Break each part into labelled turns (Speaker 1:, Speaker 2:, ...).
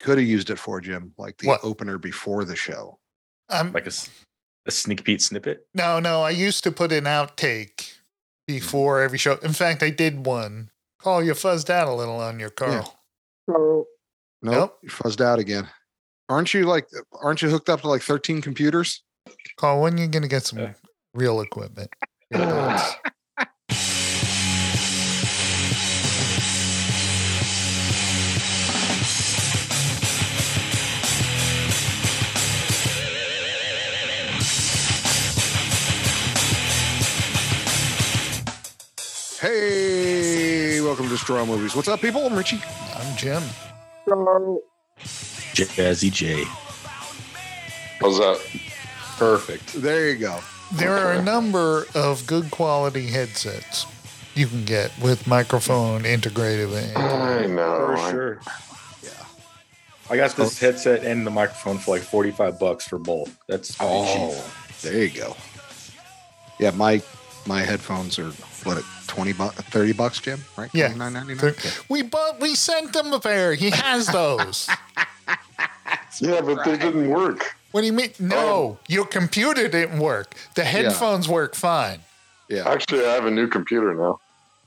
Speaker 1: could have used it for, Jim, like the
Speaker 2: What?
Speaker 1: opener before the show.
Speaker 2: Um,
Speaker 3: like a, s- a sneak peek snippet.
Speaker 2: no, no, I used to put an outtake before every show. In fact, I did one. Oh, you fuzzed out a little on your Carl.
Speaker 1: Nope,
Speaker 2: Nope.
Speaker 1: you fuzzed out again. Aren't you like? Aren't you hooked up to like thirteen computers?
Speaker 2: Carl, when are you going to get some
Speaker 3: Yeah.
Speaker 2: real equipment?
Speaker 1: Hey, welcome to Straw Movies. What's up, people? I'm Richie.
Speaker 2: I'm Jim.
Speaker 3: Jazzy J.
Speaker 4: How's that?
Speaker 3: Perfect.
Speaker 1: There you go.
Speaker 2: There are a number of good quality headsets you can get with microphone integrated. in.
Speaker 4: I know.
Speaker 3: For
Speaker 4: Oh, I-
Speaker 3: sure.
Speaker 1: Yeah.
Speaker 3: I got this
Speaker 2: Oh.
Speaker 3: headset and the microphone for like 45 bucks for both. That's pretty cheap.
Speaker 1: Oh, there you go. Yeah, my my headphones are what at twenty bucks, thirty bucks, Jim? Right?
Speaker 2: Yeah.
Speaker 1: nine ninety nine.
Speaker 2: They're- We bought, we sent him a pair. He has those.
Speaker 4: Yeah, but they didn't work.
Speaker 2: what do you mean? No, your computer didn't work. The headphones work fine.
Speaker 1: Yeah.
Speaker 4: Actually, I have a new computer now.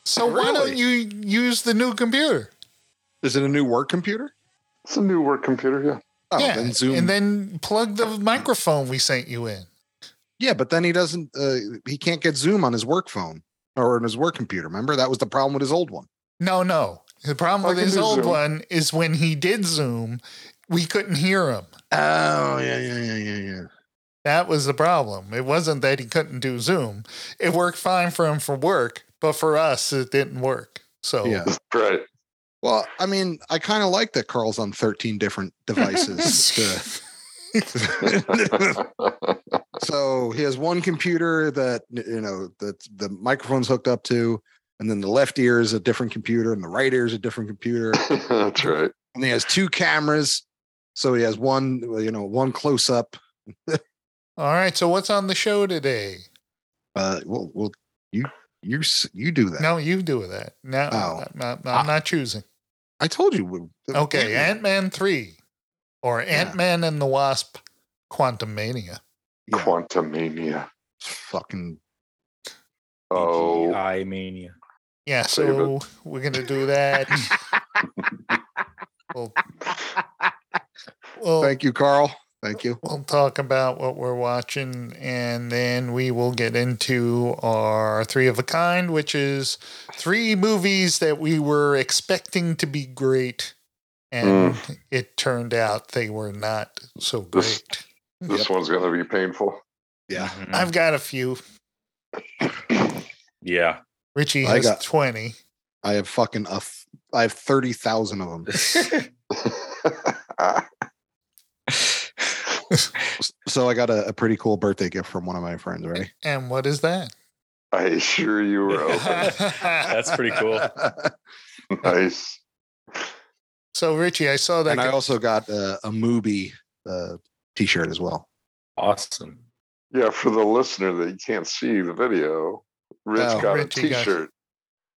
Speaker 2: So why don't
Speaker 1: Really?
Speaker 2: you use the new computer?
Speaker 1: Is it a new work computer?
Speaker 4: It's a new work computer. Yeah.
Speaker 1: Oh, then Zoom.
Speaker 2: And then plug the microphone we sent you in.
Speaker 1: yeah, but then he doesn't. Uh, he can't get Zoom on his work phone or on his work computer. Remember that was the problem with his old one.
Speaker 2: No, no. The problem
Speaker 4: I
Speaker 2: with
Speaker 4: can
Speaker 2: his
Speaker 4: do
Speaker 2: old
Speaker 4: Zoom.
Speaker 2: one is when he did Zoom, we couldn't hear him.
Speaker 1: Oh yeah yeah yeah yeah yeah.
Speaker 2: That was the problem. It wasn't that he couldn't do Zoom. It worked fine for him for work, but for us, it didn't work. So
Speaker 1: Yeah.
Speaker 4: Right.
Speaker 1: Well, I mean, I kind of like that Carl's on thirteen different devices. to- so he has one computer that you know that the microphone's hooked up to, and then the left ear is a different computer, and the right ear is a different computer.
Speaker 4: That's right.
Speaker 1: and he has two cameras. So he has one, you know, one close up.
Speaker 2: all right. So what's on the show today?
Speaker 1: Uh, well, well, you, you, s- you do that.
Speaker 2: No, you do that. No,
Speaker 1: Oh.
Speaker 2: I'm, not, I'm not choosing.
Speaker 1: I told you. we-
Speaker 2: Okay, Ant Man three, or Ant Man and the Wasp, Quantum Mania.
Speaker 1: Yeah.
Speaker 4: Quantum mania.
Speaker 1: fucking
Speaker 4: Oh,
Speaker 3: I mania.
Speaker 2: Yeah,
Speaker 4: Save
Speaker 2: so we're gonna do that. we'll, we'll,
Speaker 1: thank you, Carl. Thank you.
Speaker 2: we'll talk about what we're watching, and then we will get into our three of a kind, which is three movies that we were expecting to be great, and
Speaker 1: Mm.
Speaker 2: it turned out they were not so
Speaker 4: This-
Speaker 2: great.
Speaker 4: this one's going to be painful.
Speaker 1: Yeah.
Speaker 2: I've got a few.
Speaker 3: yeah.
Speaker 2: Richie
Speaker 1: I
Speaker 2: has
Speaker 1: got-
Speaker 2: twenty.
Speaker 1: I have fucking, a f- I have 30,000 of them. So I got a, a pretty cool birthday gift from one of my friends, right?
Speaker 2: And what is that?
Speaker 4: I assure you were open.
Speaker 1: Oh.
Speaker 3: That's pretty cool.
Speaker 4: nice.
Speaker 2: so Richie, I saw that.
Speaker 1: and I also got uh, a movie uh, t shirt as well.
Speaker 3: awesome.
Speaker 4: Yeah, for the listener that you can't see the video, Rich
Speaker 1: Oh,
Speaker 4: got a
Speaker 2: Richie got-
Speaker 4: t-shirt.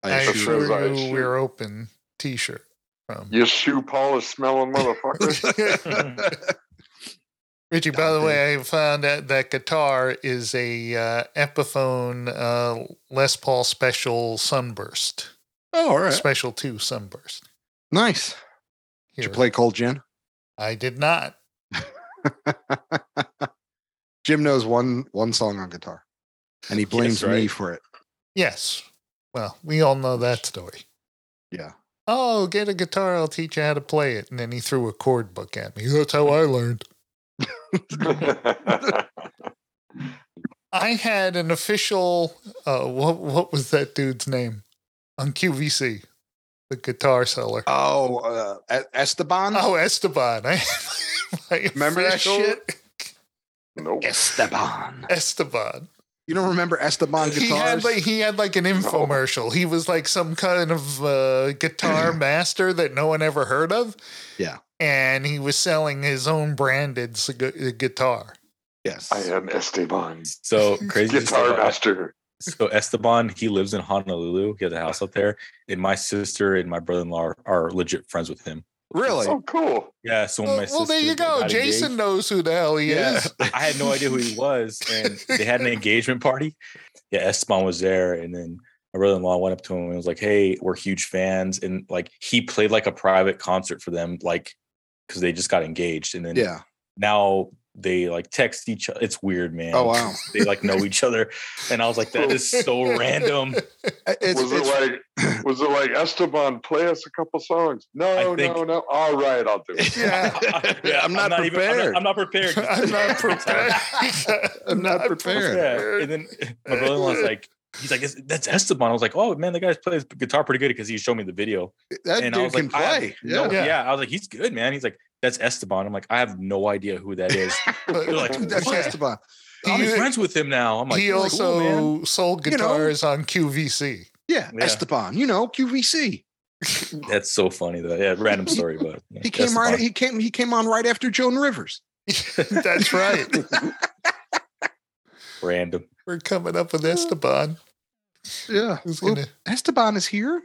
Speaker 2: I
Speaker 1: assume-
Speaker 4: sure
Speaker 2: assure
Speaker 4: as I
Speaker 2: you
Speaker 4: shoot.
Speaker 2: we're open T-shirt from
Speaker 4: You shoe polish smelling motherfucker.
Speaker 2: Richie. By the way, I found out that guitar is a uh, Epiphone uh, Les Paul Special Sunburst,
Speaker 1: Oh, all right.
Speaker 2: Special Two Sunburst.
Speaker 1: Nice. Did
Speaker 2: Here,
Speaker 1: you play Cold Gin?
Speaker 2: I did not.
Speaker 1: Jim knows one one song on guitar, and he blames me
Speaker 3: right.
Speaker 1: for it.
Speaker 2: Yes. Well, we all know that story.
Speaker 1: Yeah,
Speaker 2: Oh, get a guitar. I'll teach you how to play it. And then he threw a chord book at me. That's how I learned. I had an official. Uh, what what was that dude's name on QVC? The guitar seller.
Speaker 1: Oh, uh, E- Esteban.
Speaker 2: Oh, Esteban. I my
Speaker 1: Remember that
Speaker 2: official
Speaker 1: shit?
Speaker 4: nope.
Speaker 1: Esteban.
Speaker 2: Esteban.
Speaker 1: You don't remember Esteban
Speaker 2: He had
Speaker 1: guitars?
Speaker 2: like he had like an infomercial. He was like some kind of uh, guitar master that no one ever heard of.
Speaker 1: Yeah.
Speaker 2: And he was selling his own branded sig- uh, guitar.
Speaker 1: yes.
Speaker 4: I
Speaker 3: uh,
Speaker 4: am Esteban,
Speaker 3: So crazy.
Speaker 4: guitar
Speaker 3: stuff.
Speaker 4: master.
Speaker 3: so Esteban, he lives in Honolulu. He has a house up there, and my sister and my brother-in-law are legit friends with him.
Speaker 1: Really?
Speaker 4: Oh, cool.
Speaker 3: Yeah, so when
Speaker 2: Well,
Speaker 3: my
Speaker 2: well, there
Speaker 3: sister
Speaker 2: you go.
Speaker 3: got
Speaker 2: Jason
Speaker 3: engaged,
Speaker 2: knows who the hell he
Speaker 1: Yeah.
Speaker 2: is.
Speaker 3: I had no idea who he was, and they had an engagement party. Yeah, Esteban was there, and then my brother-in-law went up to him and was like, "Hey, we're huge fans," and like he played like a private concert for them, like because they just got engaged, and then
Speaker 1: Yeah.
Speaker 3: now they like text each other. It's weird, man.
Speaker 1: Oh wow.
Speaker 3: they like know each other, and I was like, "That is so random."
Speaker 1: It's, it's-
Speaker 4: was it like was it like Esteban play us a couple songs? No,
Speaker 3: I think-
Speaker 4: no, no. All right, I'll do it.
Speaker 1: yeah. Yeah, I'm not
Speaker 3: even- I'm
Speaker 1: prepared.
Speaker 3: I'm not prepared.
Speaker 2: I'm not prepared.
Speaker 1: I'm not prepared.
Speaker 3: Yeah. And then my brother in law's like, he's like, "Is- that's Esteban. I was like, oh man, the guy plays guitar pretty good because he showed me the video.
Speaker 1: that
Speaker 3: and
Speaker 1: dude
Speaker 3: I was
Speaker 1: can
Speaker 3: like, I have
Speaker 1: play.
Speaker 3: No,
Speaker 1: Yeah.
Speaker 3: yeah. I was like, he's good, man. He's like, that's Esteban. I'm like, I have no idea who that is.
Speaker 2: But
Speaker 3: You're like,
Speaker 1: Dude, that's
Speaker 3: what?
Speaker 1: Esteban.
Speaker 3: I'm
Speaker 2: he-
Speaker 3: friends with him now. I'm like,
Speaker 2: he
Speaker 3: "You're like,
Speaker 2: also
Speaker 3: cool, man."
Speaker 2: sold
Speaker 1: You know-
Speaker 2: guitars on QVC.
Speaker 1: Yeah,
Speaker 3: Yeah.
Speaker 1: Esteban. You know, QVC.
Speaker 3: that's so funny though. Yeah, random story, but yeah,
Speaker 1: He came
Speaker 3: Esteban.
Speaker 1: right. He came. He came on right after Joan Rivers.
Speaker 2: That's right.
Speaker 3: random.
Speaker 2: We're coming up with Esteban.
Speaker 1: Yeah.
Speaker 2: Who's
Speaker 1: Well,
Speaker 2: gonna-
Speaker 1: Esteban is here,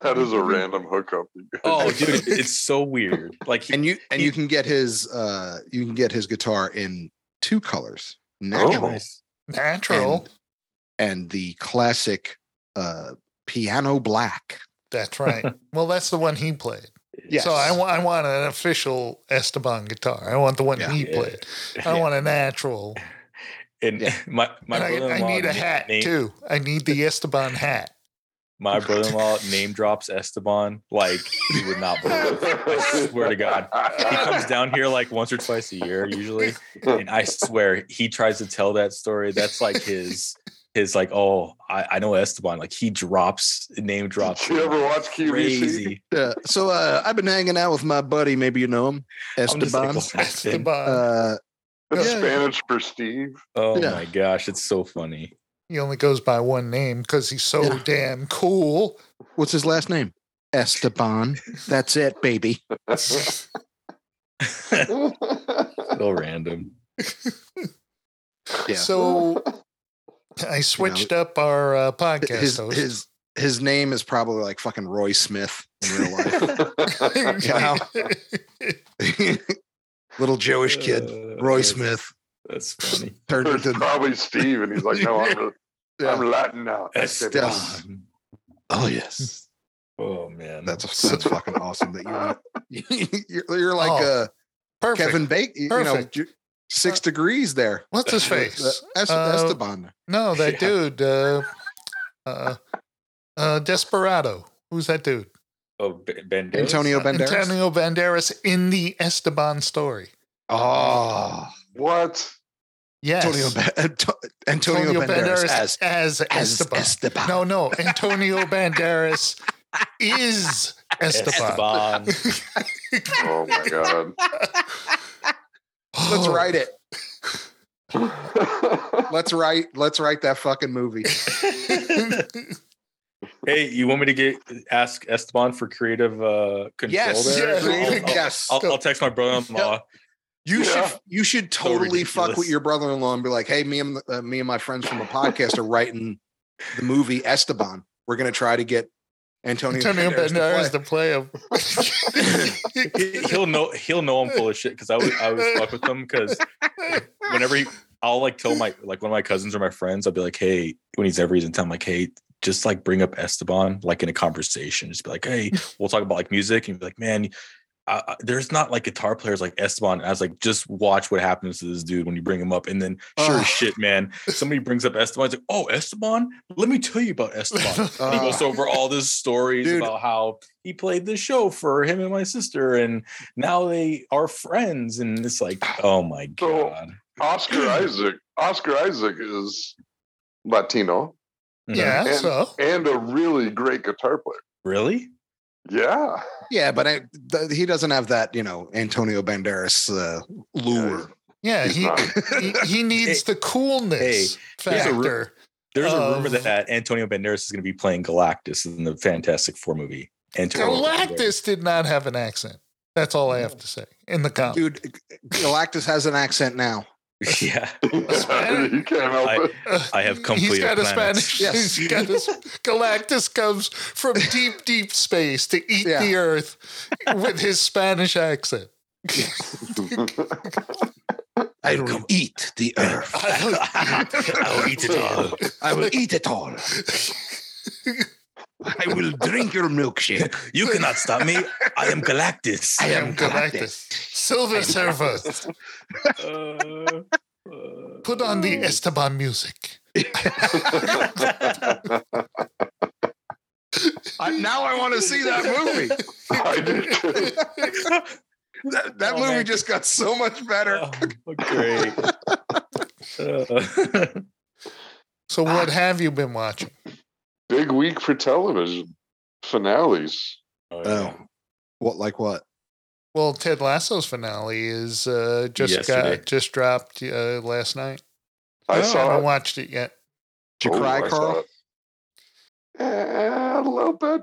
Speaker 4: That is a random hookup. you guys.
Speaker 3: Oh, dude, it's so weird. Like, he,
Speaker 1: and you and you can get his. uh You can get his guitar in two colors:
Speaker 3: Oh.
Speaker 1: natural
Speaker 3: nice.
Speaker 2: Natural.
Speaker 1: and the classic uh piano black.
Speaker 2: That's right. Well, that's the one he played.
Speaker 1: Yes.
Speaker 2: So I, wa- I want an official Esteban guitar. I want the one
Speaker 1: Yeah.
Speaker 2: he
Speaker 3: Yeah.
Speaker 2: played. I want a natural.
Speaker 3: and
Speaker 1: Yeah.
Speaker 3: my my
Speaker 2: And I, I
Speaker 3: brother-in-law
Speaker 2: need a hat
Speaker 3: named-
Speaker 2: too. I need the Esteban hat.
Speaker 3: My brother-in-law name drops Esteban like you would not believe. I swear to God. he comes down here like once or twice a year usually and i swear he tries to tell that story that's like his his like oh i, I know esteban like he drops name drops
Speaker 4: Did you ever watch QVC?
Speaker 3: crazy
Speaker 1: Yeah. So uh, I've been hanging out with my buddy. Maybe you know him,
Speaker 3: I'm just
Speaker 1: Esteban.
Speaker 3: like, laughing.
Speaker 2: Esteban.
Speaker 1: uh,
Speaker 4: That's
Speaker 1: Yeah.
Speaker 4: Spanish for Steve.
Speaker 3: oh
Speaker 1: Yeah.
Speaker 3: my gosh it's so funny
Speaker 2: he only goes by one name because he's so
Speaker 1: Yeah.
Speaker 2: damn cool.
Speaker 1: what's his last name? Esteban. That's it, baby.
Speaker 3: so random
Speaker 1: Yeah.
Speaker 2: So I switched up our uh, podcast
Speaker 1: his
Speaker 2: host.
Speaker 1: his his name is probably like fucking Roy Smith in real life. Wow. Little Jewish kid,
Speaker 3: Uh,
Speaker 1: Roy
Speaker 3: that's-
Speaker 1: Smith,
Speaker 3: that's funny
Speaker 1: turned
Speaker 4: There's
Speaker 1: into.
Speaker 4: probably Steve, and he's like, "No, I'm,
Speaker 1: Yeah.
Speaker 4: I'm Latin now."
Speaker 3: Esteban.
Speaker 1: Oh yes,
Speaker 3: oh man
Speaker 1: that's that's fucking awesome. That you want. you're, you're like
Speaker 2: Oh,
Speaker 1: uh,
Speaker 2: Perfect.
Speaker 1: Kevin Bacon. You know,
Speaker 2: Perfect.
Speaker 1: ju- six degrees there.
Speaker 2: What's his face?
Speaker 1: Es-
Speaker 2: Uh,
Speaker 1: Esteban.
Speaker 2: No, that
Speaker 3: Yeah.
Speaker 2: dude. Uh, uh, uh, Desperado. Who's that dude?
Speaker 3: oh B- Banderas?
Speaker 1: Antonio Banderas.
Speaker 2: Antonio Banderas in the Esteban story.
Speaker 1: Oh.
Speaker 4: What?
Speaker 2: Yes.
Speaker 1: Antonio, ba- Anto- Antonio, Banderas, as,
Speaker 2: as,
Speaker 1: as
Speaker 2: Esteban.
Speaker 1: Esteban.
Speaker 2: No, no. Antonio Banderas is Esteban.
Speaker 3: Esteban.
Speaker 4: Oh my God!
Speaker 1: Let's
Speaker 2: Oh,
Speaker 1: write it. Let's write. Let's write that fucking movie.
Speaker 3: hey, you want me to get ask Esteban for creative uh, control
Speaker 1: Yes,
Speaker 3: there?
Speaker 2: yes,
Speaker 3: I'll- I'll,
Speaker 1: yes.
Speaker 3: I'll, I'll text my brother-in-law.
Speaker 1: You
Speaker 4: Yeah.
Speaker 1: should. You should totally fuck
Speaker 3: ridiculous.
Speaker 1: with your brother-in-law and be like, "Hey, me and uh, me and my friends from a podcast are writing the movie Esteban. We're gonna try to get Antonio,
Speaker 2: Antonio
Speaker 1: Banderas to
Speaker 2: Banderas
Speaker 1: play."
Speaker 2: to play him.
Speaker 3: He- He'll know. He'll know I'm full of shit because I would. I would fuck with him because whenever he, I'll like tell my like one of my cousins or my friends, I'll be like, hey, when he's ever he's in town, like, hey. Just like bring up Esteban, like in a conversation. Just be like, hey, we'll talk about like music, and be like, man, I, I- there's not like guitar players like Esteban. I was like, just watch what happens to this dude when you bring him up. And then, sure
Speaker 1: Ugh.
Speaker 3: as shit, man, somebody brings up Esteban. It's like, oh, Esteban, let me tell you about Esteban. And he
Speaker 1: Ugh.
Speaker 3: goes over all these stories
Speaker 1: Ah. Dude.
Speaker 3: about how he played this show for him and my sister, and now they are friends. And it's like, oh my
Speaker 4: So-
Speaker 3: god,
Speaker 4: Oscar Isaac. Oscar Isaac is Latino
Speaker 3: Mm-hmm.
Speaker 2: yeah,
Speaker 4: And-
Speaker 2: so
Speaker 4: and a really great guitar player.
Speaker 3: really?
Speaker 4: Yeah.
Speaker 1: Yeah, but I, th- he doesn't have that, you know, Antonio Banderas uh, lure.
Speaker 2: yeah,
Speaker 4: He's
Speaker 2: he,
Speaker 4: not.
Speaker 2: he he needs the coolness
Speaker 3: there's a ru-
Speaker 2: factor.
Speaker 3: There's a
Speaker 2: Um,
Speaker 3: rumor that Antonio Banderas is going to be playing Galactus in the Fantastic Four movie. Antonio Banderas.
Speaker 2: Galactus did not have an accent. That's all I have to say in the comic.
Speaker 1: Dude, Galactus has an accent now.
Speaker 3: yeah,
Speaker 2: Spanish?
Speaker 4: you can't help
Speaker 3: I-
Speaker 4: it.
Speaker 3: I have
Speaker 2: He's
Speaker 3: completed
Speaker 2: got a
Speaker 3: planets.
Speaker 2: Spanish.
Speaker 1: Yes.
Speaker 2: He's got his, Galactus comes from deep, deep space to eat
Speaker 1: Yeah.
Speaker 2: the Earth with his Spanish accent.
Speaker 1: I will eat the earth.
Speaker 3: I will eat it all.
Speaker 1: I will eat it all. I will drink your milkshake.
Speaker 3: You cannot stop me. I am Galactus.
Speaker 1: I am Galactus.
Speaker 2: Silver Server,
Speaker 3: Uh, uh,
Speaker 2: put on the Esteban music.
Speaker 1: I, now I want to see that movie.
Speaker 4: I do too.
Speaker 1: That, that
Speaker 3: Oh,
Speaker 1: movie
Speaker 3: man.
Speaker 1: just got so much better.
Speaker 3: oh, great. Uh,
Speaker 2: So,
Speaker 1: Ah.
Speaker 2: what have you been watching?
Speaker 4: Big week for television finales.
Speaker 1: Oh, what like what?
Speaker 2: Well, Ted Lasso's finale is uh, just
Speaker 3: Yesterday.
Speaker 2: got just dropped uh, last night.
Speaker 4: I
Speaker 3: Oh,
Speaker 2: I
Speaker 4: saw
Speaker 2: haven't
Speaker 4: it.
Speaker 2: watched it yet.
Speaker 1: Did you
Speaker 4: Oh,
Speaker 1: cry,
Speaker 4: I saw
Speaker 1: Carl?
Speaker 4: it. Eh, a little bit.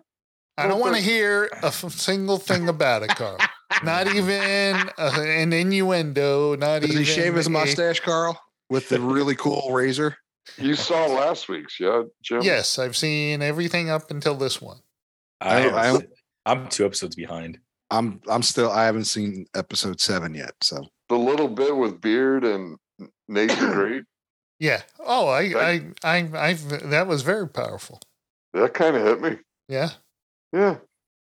Speaker 2: I don't want to hear a f- single thing about it, Carl. not even uh, an innuendo. Not
Speaker 1: Did
Speaker 2: even.
Speaker 1: he shave his
Speaker 2: a-
Speaker 1: mustache, Carl, with the really cool razor?
Speaker 4: You saw last week's, yeah, Jim?
Speaker 2: Yes, I've seen everything up until this one.
Speaker 1: I-
Speaker 3: I
Speaker 1: I-
Speaker 3: haven't- I'm two episodes behind.
Speaker 1: I'm I'm still I haven't seen episode seven yet. So
Speaker 4: The little bit with Beard and Nathan Drake.
Speaker 2: Yeah. Oh, I, I,
Speaker 4: Right.
Speaker 2: I, I, that was very powerful.
Speaker 4: That kind of hit me.
Speaker 2: Yeah.
Speaker 4: Yeah.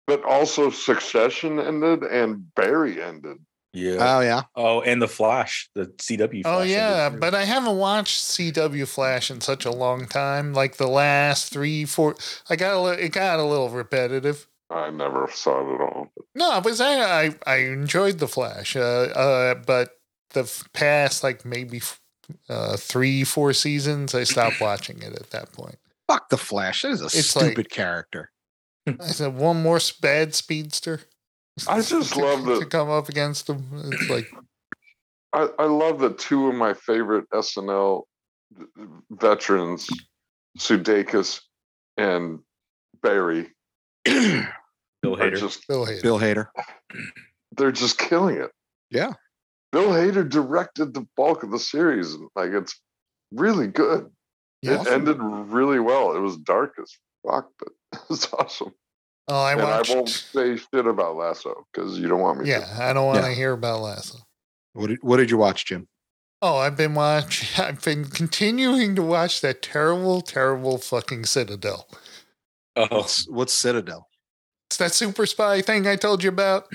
Speaker 4: But also Succession ended and Barry ended.
Speaker 3: Yeah.
Speaker 1: oh yeah,
Speaker 3: oh, and the Flash, the CW. Flash
Speaker 2: Oh, yeah.
Speaker 3: ended.
Speaker 2: But I haven't watched CW Flash in such a long time. Like the last three, four. I got a, li- it got a little repetitive.
Speaker 4: I never saw it at all.
Speaker 2: No, it was I, I, I enjoyed the Flash. Uh, uh, but the f- past like maybe f- uh, three, four seasons, I stopped watching it at that point.
Speaker 1: fuck the Flash. That is a
Speaker 2: It's like-
Speaker 1: stupid character. Hmm.
Speaker 2: I said one more s- bad speedster.
Speaker 4: I just
Speaker 2: to-
Speaker 4: love
Speaker 2: to
Speaker 4: that-
Speaker 2: come up against them. It's like
Speaker 4: I, I love that two of my favorite SNL veterans, Sudeikis and Barry,
Speaker 3: Bill
Speaker 4: are
Speaker 3: Hader.
Speaker 4: just
Speaker 2: Bill Hader.
Speaker 1: Bill Hader.
Speaker 4: they're just killing it.
Speaker 1: Yeah.
Speaker 4: Bill Hader directed the bulk of the series. and, Like it's really good.
Speaker 2: yeah.
Speaker 4: It ended really well. It was dark as fuck, but it's awesome.
Speaker 2: Oh, I
Speaker 4: and I won't
Speaker 2: watched.
Speaker 4: say shit about Lasso because you don't want me.
Speaker 2: yeah, I don't want to
Speaker 1: Yeah.
Speaker 2: hear about Lasso.
Speaker 1: What did, what did you watch, Jim?
Speaker 2: Oh, I've been watching. I've been continuing to watch that terrible, terrible fucking Citadel.
Speaker 3: oh,
Speaker 1: What's what's Citadel?
Speaker 2: It's that super spy thing I told you about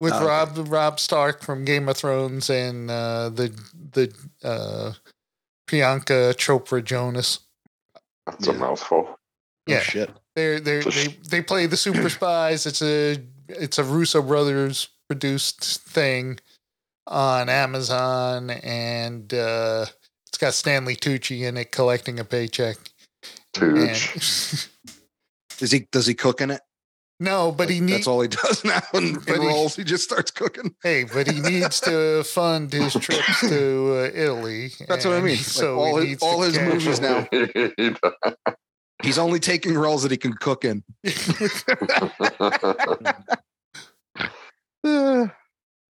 Speaker 2: with
Speaker 1: Oh, okay.
Speaker 2: Rob Rob Stark from Game of Thrones and uh, the the uh, Priyanka Chopra Jonas.
Speaker 4: to. That's a
Speaker 1: Yeah.
Speaker 4: mouthful.
Speaker 1: Oh,
Speaker 2: Yeah.
Speaker 1: shit.
Speaker 2: They're, they're, they they play the super spies. It's a it's a Russo brothers produced thing on Amazon, and uh, it's got Stanley Tucci in it collecting a paycheck. And-
Speaker 4: Tooch.
Speaker 1: Is he does he cook in it?
Speaker 2: no, but he
Speaker 1: Like, that's
Speaker 2: needs
Speaker 1: all he does now in,
Speaker 2: But
Speaker 1: in
Speaker 2: he-
Speaker 1: roles. He just starts cooking.
Speaker 2: hey, but he needs to fund his trips to uh, Italy.
Speaker 1: That's what I
Speaker 2: and
Speaker 1: mean. Like,
Speaker 2: so
Speaker 1: all
Speaker 2: he
Speaker 1: his-
Speaker 2: needs to
Speaker 1: all his
Speaker 2: cash-
Speaker 1: movies now. He's only taking roles that he can cook in. Uh,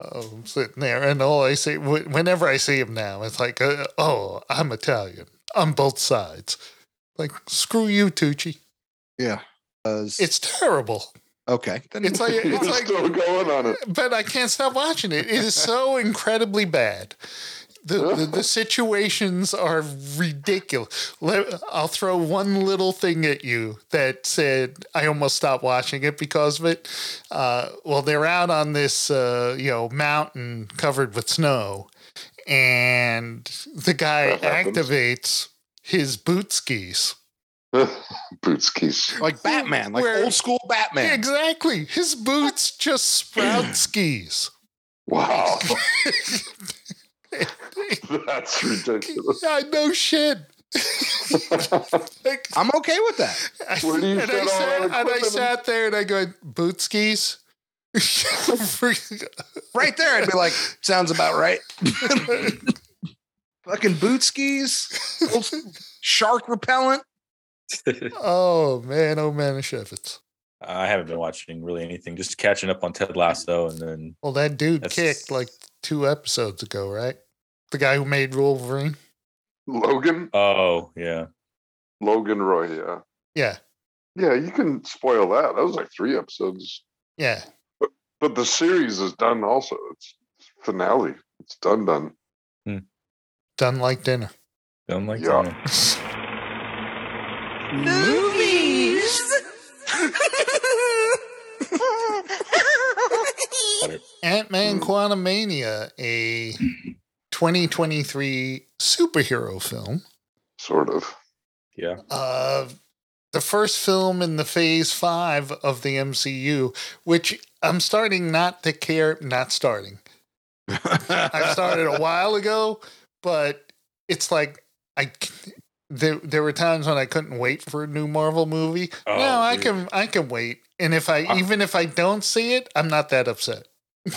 Speaker 2: Oh, I'm sitting there, and all I see, wh- whenever I see him now, it's like, uh, oh, I'm Italian. I'm both sides. Like, screw you, Tucci.
Speaker 1: yeah. Does-
Speaker 2: It's terrible.
Speaker 1: okay. Then
Speaker 2: It's like,
Speaker 4: He's
Speaker 2: it's like,
Speaker 4: still going on it.
Speaker 2: but I can't stop watching it. It is so incredibly bad. The, the, the situations are ridiculous. Let, I'll throw one little thing at you that said I almost stopped watching it because of it. Uh, well, they're out on this uh, you know mountain covered with snow, and the guy
Speaker 4: That happens.
Speaker 2: activates his boot skis.
Speaker 4: Bootskis.
Speaker 1: like Batman, like
Speaker 2: Where-
Speaker 1: old school Batman.
Speaker 2: Exactly, his boots just sprout skis.
Speaker 4: Wow. That's ridiculous.
Speaker 2: I know shit. Like,
Speaker 1: I'm okay with that.
Speaker 2: I-
Speaker 4: Where do you
Speaker 2: and,
Speaker 4: fit
Speaker 2: I
Speaker 4: all
Speaker 2: sat,
Speaker 4: that
Speaker 2: and I
Speaker 4: equipment in?
Speaker 2: sat there and I go, boot skis?
Speaker 1: Right there, I'd be like, sounds about right. Fucking boot skis, old shark repellent.
Speaker 2: oh, man. Oh, man. Shevitz.
Speaker 3: I haven't been watching really anything. Just catching up on Ted Lasso, and then
Speaker 2: Well, that dude
Speaker 3: That's-
Speaker 2: kicked like two episodes ago, right? the guy who made Wolverine.
Speaker 4: Logan,
Speaker 3: Oh yeah.
Speaker 4: Logan Roy. Yeah,
Speaker 2: Yeah,
Speaker 4: yeah. You can spoil that. That was like three episodes,
Speaker 2: yeah.
Speaker 4: but the series is done. Also, it's finale. It's done. Done.
Speaker 2: Done like dinner.
Speaker 3: I'm like,
Speaker 4: Yeah.
Speaker 3: damn.
Speaker 2: Ant Man
Speaker 4: Hmm.
Speaker 2: Quantumania, a 2023 superhero film.
Speaker 4: Sort of.
Speaker 3: yeah.
Speaker 2: Uh, the first film in the phase five of the MCU, which I'm starting not to care. Not starting. I started a while ago, but it's like I. c- There, there were times when I couldn't wait for a new Marvel movie.
Speaker 3: Oh,
Speaker 2: no, I
Speaker 3: dude.
Speaker 2: can I can wait, and if I
Speaker 3: I-
Speaker 2: even if I don't see it, I'm not that upset.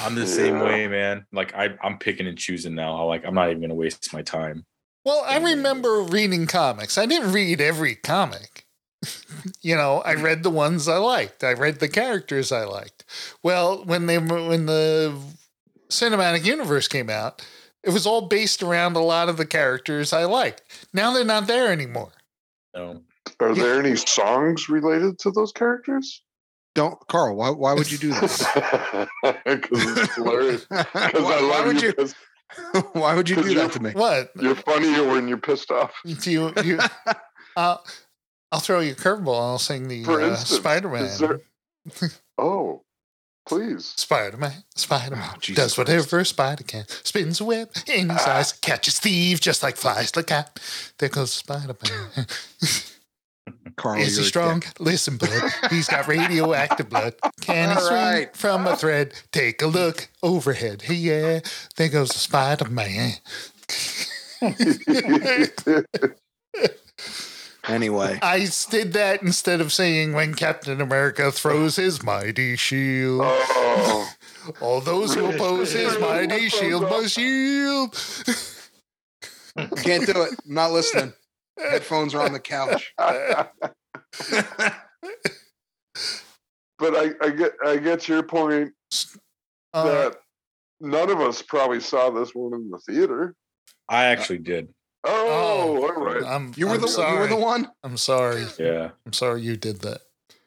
Speaker 3: I'm the same
Speaker 4: Yeah.
Speaker 3: way, man. Like I, I'm picking and choosing now. I like I'm not even gonna waste my time.
Speaker 2: Well, I remember reading comics. I didn't read every comic. you know, I read the ones I liked. I read the characters I liked. Well, when they when the cinematic universe came out, it was all based around a lot of the characters I liked. Now they're not there anymore.
Speaker 3: No.
Speaker 4: Are there any songs related to those characters?
Speaker 1: Don't, Carl. Why? Why would you do this?
Speaker 4: Because it's hilarious.
Speaker 1: why,
Speaker 4: Because I
Speaker 1: why
Speaker 4: love
Speaker 1: would
Speaker 4: you.
Speaker 1: you?
Speaker 4: 'cause
Speaker 1: Why would you do that to me?
Speaker 2: What
Speaker 4: You're funnier when you're pissed off.
Speaker 2: do you? you I'll I'll throw you a curveball. I'll sing the
Speaker 4: For
Speaker 2: uh,
Speaker 4: instance,
Speaker 2: Spider Man.
Speaker 4: is there- Oh, please.
Speaker 2: Spider Man, Spider Man
Speaker 1: Oh, Jesus
Speaker 2: does whatever a spider can. Spins a web in his
Speaker 4: Ah.
Speaker 2: eyes, catches thieves just like flies. Look out! There goes Spider Man.
Speaker 1: Carl, Oh,
Speaker 2: Is he
Speaker 1: you're a
Speaker 2: strong?
Speaker 1: dick.
Speaker 2: Listen, bud, he's got radioactive blood. Can he
Speaker 1: All
Speaker 2: swing
Speaker 1: right.
Speaker 2: from a thread? Take a look overhead. Hey, yeah, there goes Spider Man.
Speaker 1: Anyway,
Speaker 2: I s- did that instead of saying when Captain America throws his mighty shield.
Speaker 4: oh,
Speaker 1: Uh,
Speaker 2: All those who oppose his mighty shield must yield.
Speaker 1: can't do it. I'm not listening. Headphones are on the couch.
Speaker 4: but I, I get I get your point
Speaker 2: Uh,
Speaker 4: that none of us probably saw this one in the theater.
Speaker 3: I actually did.
Speaker 4: Oh, all right.
Speaker 2: I'm,
Speaker 1: You were
Speaker 2: I'm
Speaker 1: the
Speaker 2: sorry.
Speaker 1: you were the one.
Speaker 2: I'm sorry.
Speaker 3: Yeah.
Speaker 2: I'm sorry you did that.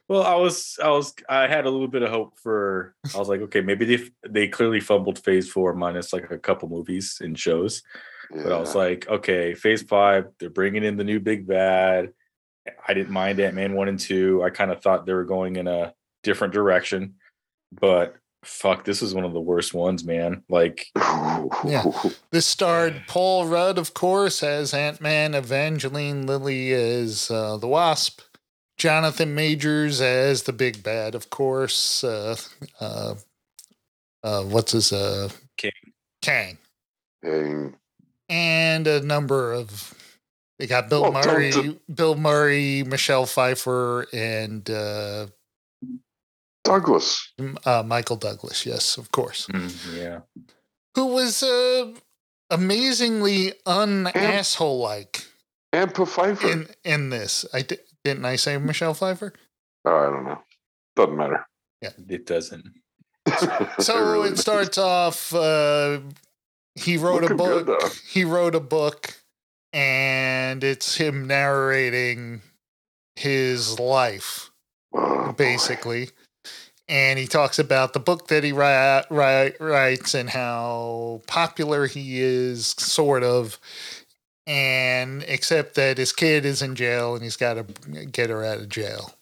Speaker 3: Well, I was, I was, I had a little bit of hope for. I was like, okay, maybe they they clearly fumbled Phase Four minus like a couple movies and shows, but I was like, okay, Phase Five, they're bringing in the new big bad. I didn't mind Ant Man one and two. I kind of thought they were going in a different direction, but fuck, this is one of the worst ones, man. Like,
Speaker 2: Yeah. This starred Paul Rudd, of course, as Ant Man, Evangeline Lilly as uh, the Wasp, Jonathan Majors as the Big Bad, of course. Uh, uh, uh, what's his uh,
Speaker 3: Kang.
Speaker 2: Kang,
Speaker 4: Dang.
Speaker 2: and a number of. They got Bill
Speaker 4: Well, don't
Speaker 2: Murray,
Speaker 4: do-
Speaker 2: Bill Murray, Michelle Pfeiffer, and uh,
Speaker 4: Douglas.
Speaker 2: M- uh, Michael Douglas. Yes, of course.
Speaker 3: yeah,
Speaker 2: who was uh, amazingly un asshole like
Speaker 4: And Pfeiffer.
Speaker 2: in in this. I di- didn't I say Michelle Pfeiffer?
Speaker 4: oh, I don't know. Doesn't matter.
Speaker 3: it doesn't.
Speaker 2: So it,
Speaker 4: really
Speaker 2: starts off. Uh, he wrote a
Speaker 4: Looking good,
Speaker 2: book.
Speaker 4: though.
Speaker 2: he wrote a book, and it's him narrating his life
Speaker 4: Oh, boy.
Speaker 2: basically. And he talks about the book that he ri- ri- writes and how popular he is, sort of. And except that his kid is in jail and he's got to get her out of jail.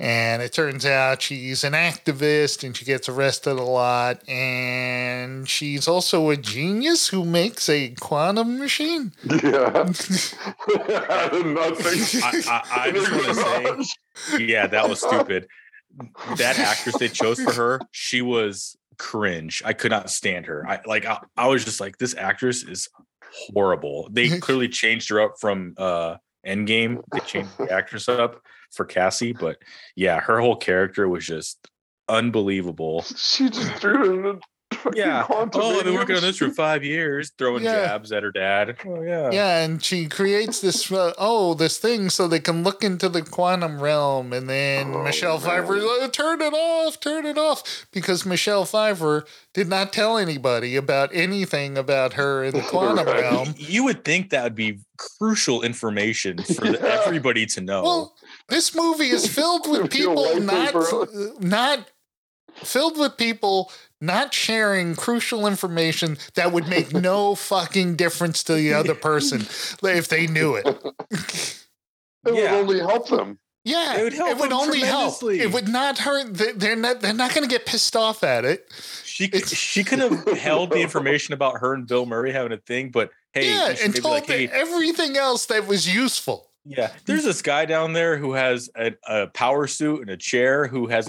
Speaker 2: And it turns out she's an activist and she gets arrested a lot. And she's also a genius who makes a quantum machine.
Speaker 4: Yeah. I did not think.
Speaker 3: I, I, I just want
Speaker 4: Oh
Speaker 3: to say. yeah, that was stupid. That actress they chose for her, she was cringe. I could not stand her. I like I, I was just like, this actress is horrible. They clearly changed her up from uh Endgame. They changed the actress up for Cassie, but yeah, her whole character was just unbelievable.
Speaker 4: She just threw it in the
Speaker 3: Yeah.
Speaker 4: Quantum
Speaker 3: Oh, I've been working on this for five years, throwing
Speaker 2: Yeah.
Speaker 3: jabs at her dad. Oh yeah.
Speaker 2: Yeah, and she creates this uh, oh this thing so they can look into the quantum realm, and then
Speaker 4: Oh,
Speaker 2: Michelle
Speaker 4: man.
Speaker 2: Pfeiffer's like, "Turn it off, turn it off," because Michelle Pfeiffer did not tell anybody about anything about her in the quantum
Speaker 4: Right.
Speaker 2: realm.
Speaker 3: You would think that would be crucial information for the-
Speaker 4: Yeah.
Speaker 3: everybody to know.
Speaker 2: Well, this movie is filled with
Speaker 4: Your
Speaker 2: people
Speaker 4: white
Speaker 2: not uh,
Speaker 4: paper.
Speaker 2: not filled with people not sharing crucial information that would make no fucking difference to the other person if they knew it.
Speaker 4: It
Speaker 3: Yeah.
Speaker 4: would only help them.
Speaker 2: Yeah,
Speaker 3: It would help them
Speaker 2: only help.
Speaker 3: tremendously.
Speaker 2: It would not hurt. they- They're not. They're not going to get pissed off at it.
Speaker 3: she
Speaker 2: it's-
Speaker 3: she could have held the information about her and Bill Murray having a thing, but hey,
Speaker 2: yeah,
Speaker 3: you should
Speaker 2: and
Speaker 3: maybe
Speaker 2: told
Speaker 3: like, hey,
Speaker 2: them everything else that was useful.
Speaker 3: Yeah, there's this guy down there who has a, a power suit and a chair who has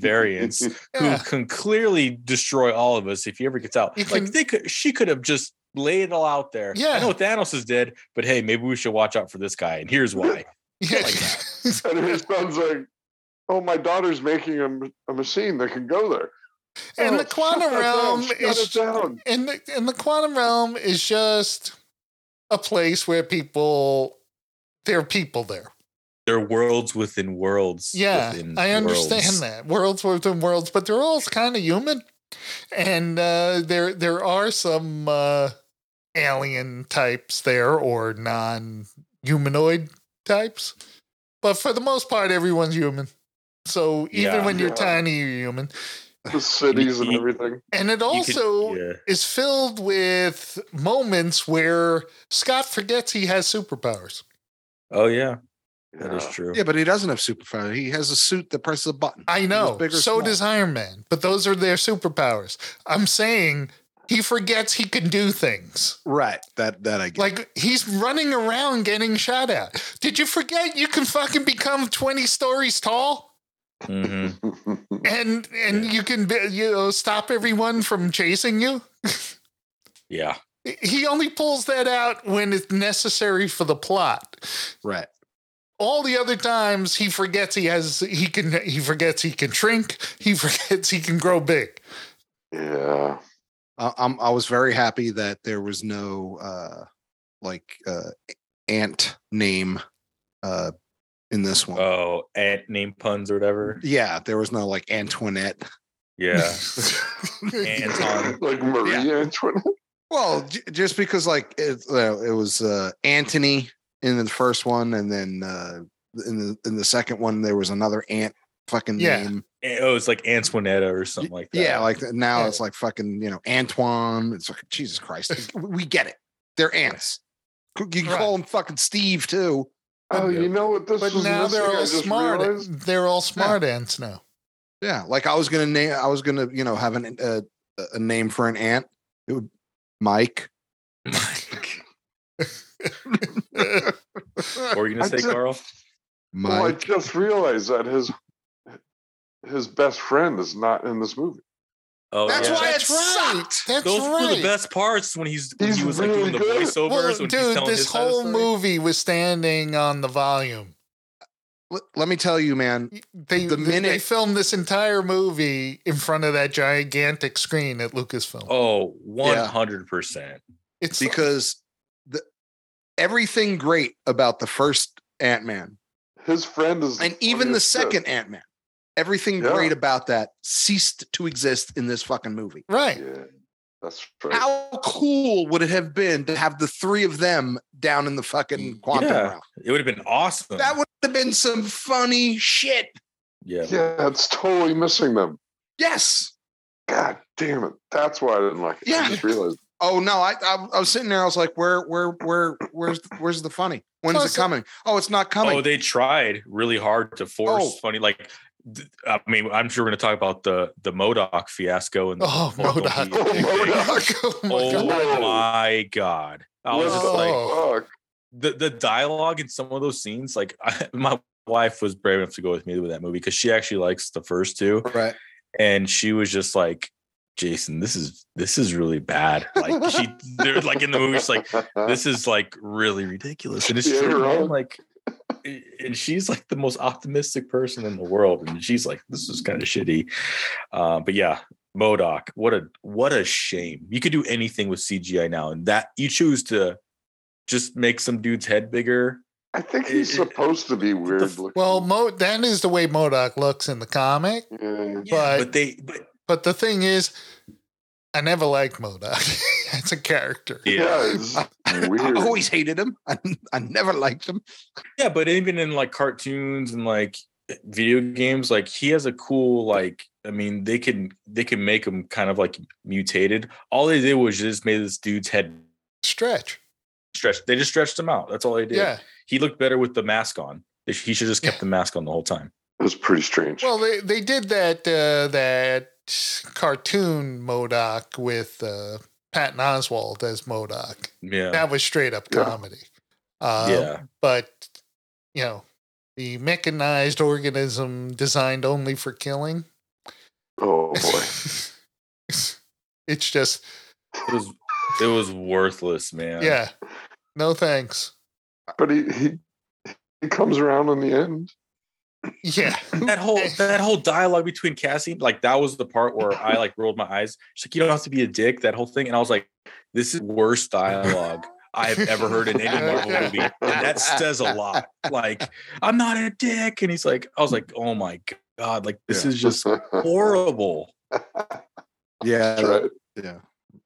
Speaker 3: variants
Speaker 2: Yeah.
Speaker 3: who can clearly destroy all of us if he ever gets out.
Speaker 2: You
Speaker 3: like
Speaker 2: can-
Speaker 3: they could, she could have just laid it all out there.
Speaker 2: Yeah.
Speaker 3: I know Thanos is dead, but hey, maybe we should watch out for this guy, and here's why.
Speaker 2: Yeah.
Speaker 3: like
Speaker 4: And her son's like, "Oh, my daughter's making a, m- a machine that can go there."
Speaker 2: And
Speaker 4: Oh,
Speaker 2: the quantum
Speaker 4: shut it
Speaker 2: realm
Speaker 4: down, shut
Speaker 2: is-
Speaker 4: it down.
Speaker 2: and the and the quantum realm is just a place where people there are people there.
Speaker 3: They're worlds within worlds.
Speaker 2: Yeah,
Speaker 3: within
Speaker 2: I understand
Speaker 3: worlds.
Speaker 2: that worlds within worlds, but they're all kind of human, and uh, there there are some uh, alien types there or non humanoid types, but for the most part, everyone's human. So even
Speaker 3: Yeah.
Speaker 2: when you're
Speaker 4: Yeah.
Speaker 2: tiny, you're human,
Speaker 4: The cities and
Speaker 3: You-
Speaker 4: everything.
Speaker 2: and it
Speaker 3: You could-
Speaker 2: also
Speaker 3: yeah.
Speaker 2: is filled with moments where Scott forgets he has superpowers.
Speaker 3: Oh yeah, that is
Speaker 4: Yeah.
Speaker 3: true.
Speaker 1: Yeah, but he doesn't have superpower. He has a suit that presses a button.
Speaker 2: I know.
Speaker 1: big or
Speaker 2: So
Speaker 1: small.
Speaker 2: does Iron Man, but those are their superpowers. I'm saying he forgets he can do things.
Speaker 1: Right. That that I get.
Speaker 2: Like he's running around getting shot at. Did you forget you can fucking become 20 stories tall?
Speaker 3: Mhm.
Speaker 2: And and you can be, you know stop everyone from chasing you.
Speaker 3: Yeah,
Speaker 2: He only pulls that out when it's necessary for the plot.
Speaker 1: right.
Speaker 2: all the other times he forgets he has he can he forgets he can shrink he forgets he can grow big
Speaker 4: yeah.
Speaker 1: I, I'm I was very happy that there was no uh like uh ant name uh in this one.
Speaker 3: oh, ant name puns or whatever.
Speaker 1: yeah, there was no like Antoinette.
Speaker 3: Yeah, Anton.
Speaker 4: Like Maria Antoinette.
Speaker 1: Well, j- just because like it, uh, it was uh Antony in the first one and then uh in the in the second one there was another ant fucking
Speaker 2: Yeah.
Speaker 1: name.
Speaker 3: Eh, Oh, it's like Antoinetta or something like that.
Speaker 1: Yeah, like now
Speaker 2: Yeah.
Speaker 1: it's like fucking, you know, Antoine. It's like Jesus Christ. we we get it. They're ants. You can call them fucking Steve too.
Speaker 4: Oh,
Speaker 3: Yeah.
Speaker 4: you know what? This
Speaker 2: but
Speaker 4: was
Speaker 2: now
Speaker 4: missing,
Speaker 2: they're
Speaker 4: I
Speaker 2: all
Speaker 4: just
Speaker 2: smart
Speaker 4: realized?
Speaker 2: they're all smart ants now
Speaker 1: Yeah, like I was gonna name. I was gonna, you know, have an uh, a name for an ant. It would Mike.
Speaker 3: What were you gonna
Speaker 4: I
Speaker 3: say,
Speaker 4: just-
Speaker 3: Carl?
Speaker 4: Well, oh, I
Speaker 1: Mike.
Speaker 4: just realized that his his best friend is not in this movie.
Speaker 3: Oh,
Speaker 1: That's
Speaker 3: yeah.
Speaker 1: why
Speaker 2: That's
Speaker 1: it
Speaker 2: right.
Speaker 1: sucked.
Speaker 2: that's
Speaker 3: Those
Speaker 2: right
Speaker 3: were the best parts when he's when
Speaker 4: He's
Speaker 3: he was
Speaker 4: really
Speaker 3: like doing
Speaker 4: good.
Speaker 3: the voiceovers.
Speaker 2: well,
Speaker 3: when he's
Speaker 2: dude
Speaker 3: telling
Speaker 2: this
Speaker 3: his side of the
Speaker 2: whole
Speaker 3: story.
Speaker 2: movie was standing on the volume
Speaker 1: L- Let me tell you, man.
Speaker 2: they
Speaker 1: The
Speaker 2: they
Speaker 1: minute-
Speaker 2: filmed this entire movie in front of that gigantic screen at lucasfilm
Speaker 3: Oh, one hundred percent.
Speaker 2: it's
Speaker 1: Because the everything great about the first Ant Man
Speaker 4: His friend is,
Speaker 1: and even the
Speaker 4: funniest shit.
Speaker 1: second Ant Man, everything
Speaker 4: Yeah.
Speaker 1: great about that ceased to exist in this fucking movie.
Speaker 2: right
Speaker 4: Yeah, that's right.
Speaker 1: How cool would it have been to have the three of them down in the fucking quantum
Speaker 3: Yeah.
Speaker 1: realm?
Speaker 3: It would have been awesome.
Speaker 1: That would have been some funny shit.
Speaker 3: yeah.
Speaker 4: Yeah, it's totally missing them.
Speaker 1: Yes.
Speaker 4: God damn it! That's why I didn't like it.
Speaker 1: Yeah.
Speaker 4: I just realized.
Speaker 1: Oh no, I, I I was sitting there. I was like, where where where where's where's the funny? When's
Speaker 2: Plus,
Speaker 1: it coming? Oh, it's not coming.
Speaker 3: Oh, they tried really hard to force
Speaker 1: Oh.
Speaker 3: funny. Like, th- I mean, I'm sure we're gonna talk about the the Modoc fiasco and the
Speaker 2: oh
Speaker 3: whole
Speaker 2: modoc
Speaker 3: Goldie Dick
Speaker 4: Oh,
Speaker 3: thing.
Speaker 2: oh
Speaker 4: Modoc.
Speaker 2: my
Speaker 3: Oh
Speaker 2: god
Speaker 4: God.
Speaker 3: my god! I was just
Speaker 2: Oh.
Speaker 3: like,
Speaker 4: Fuck.
Speaker 3: the the dialogue in some of those scenes, like I, my wife was brave enough to go with me to that movie because she actually likes the first two,
Speaker 1: Right.
Speaker 3: and she was just like, "Jason, this is this is really bad." Like she, they're like in the movie, she's like, "This is like really ridiculous," and it's
Speaker 4: Yeah,
Speaker 3: Uh-huh. true,
Speaker 4: you're
Speaker 3: man.
Speaker 4: wrong.
Speaker 3: Like, and she's like the most optimistic person in the world, and she's like, "This is kind of shitty," uh, but yeah. Modoc. What a what a shame. You could do anything with CGI now, and that you choose to just make some dude's head bigger.
Speaker 4: I think he's
Speaker 3: It- it-
Speaker 4: supposed to be weird looking.
Speaker 2: Well, Mo that is the way Modoc looks in the comic.
Speaker 4: yeah.
Speaker 2: But-
Speaker 3: but, they but
Speaker 2: But the thing is, I never liked Modoc as a character.
Speaker 3: yeah.
Speaker 4: it's
Speaker 1: I
Speaker 4: weird.
Speaker 1: always hated him. I, I never liked him.
Speaker 3: Yeah, but even in like cartoons and like video games, like he has a cool like I mean they can they can make him kind of like mutated. All they did was just made this dude's head
Speaker 2: Stretch.
Speaker 3: stretch. They just stretched him out. That's all they did.
Speaker 2: Yeah.
Speaker 3: He looked better with the mask on. They sh- He should have just kept the mask on the whole time.
Speaker 4: It was pretty strange.
Speaker 2: Well, they, they did that uh, that cartoon Modoc with uh, Patton Oswald as Modoc.
Speaker 3: Yeah.
Speaker 2: That was straight up
Speaker 4: Yeah.
Speaker 2: comedy. Um,
Speaker 3: yeah.
Speaker 2: But you know, the mechanized organism designed only for killing.
Speaker 4: oh boy.
Speaker 2: it's just
Speaker 3: It was it was worthless, man.
Speaker 2: yeah. No thanks.
Speaker 4: But he, he he comes around in the end.
Speaker 2: Yeah.
Speaker 3: That whole that whole dialogue between Cassie, like that was the part where I like rolled my eyes. She's like, "You don't have to be a dick." That whole thing, and I was like, "This is worst dialogue I have ever heard in any Marvel movie." And that says a lot. Like, I'm not a dick, and he's like, "I was like, oh my god, like this
Speaker 1: Yeah.
Speaker 3: is just horrible."
Speaker 1: Yeah,
Speaker 4: Right.
Speaker 1: yeah.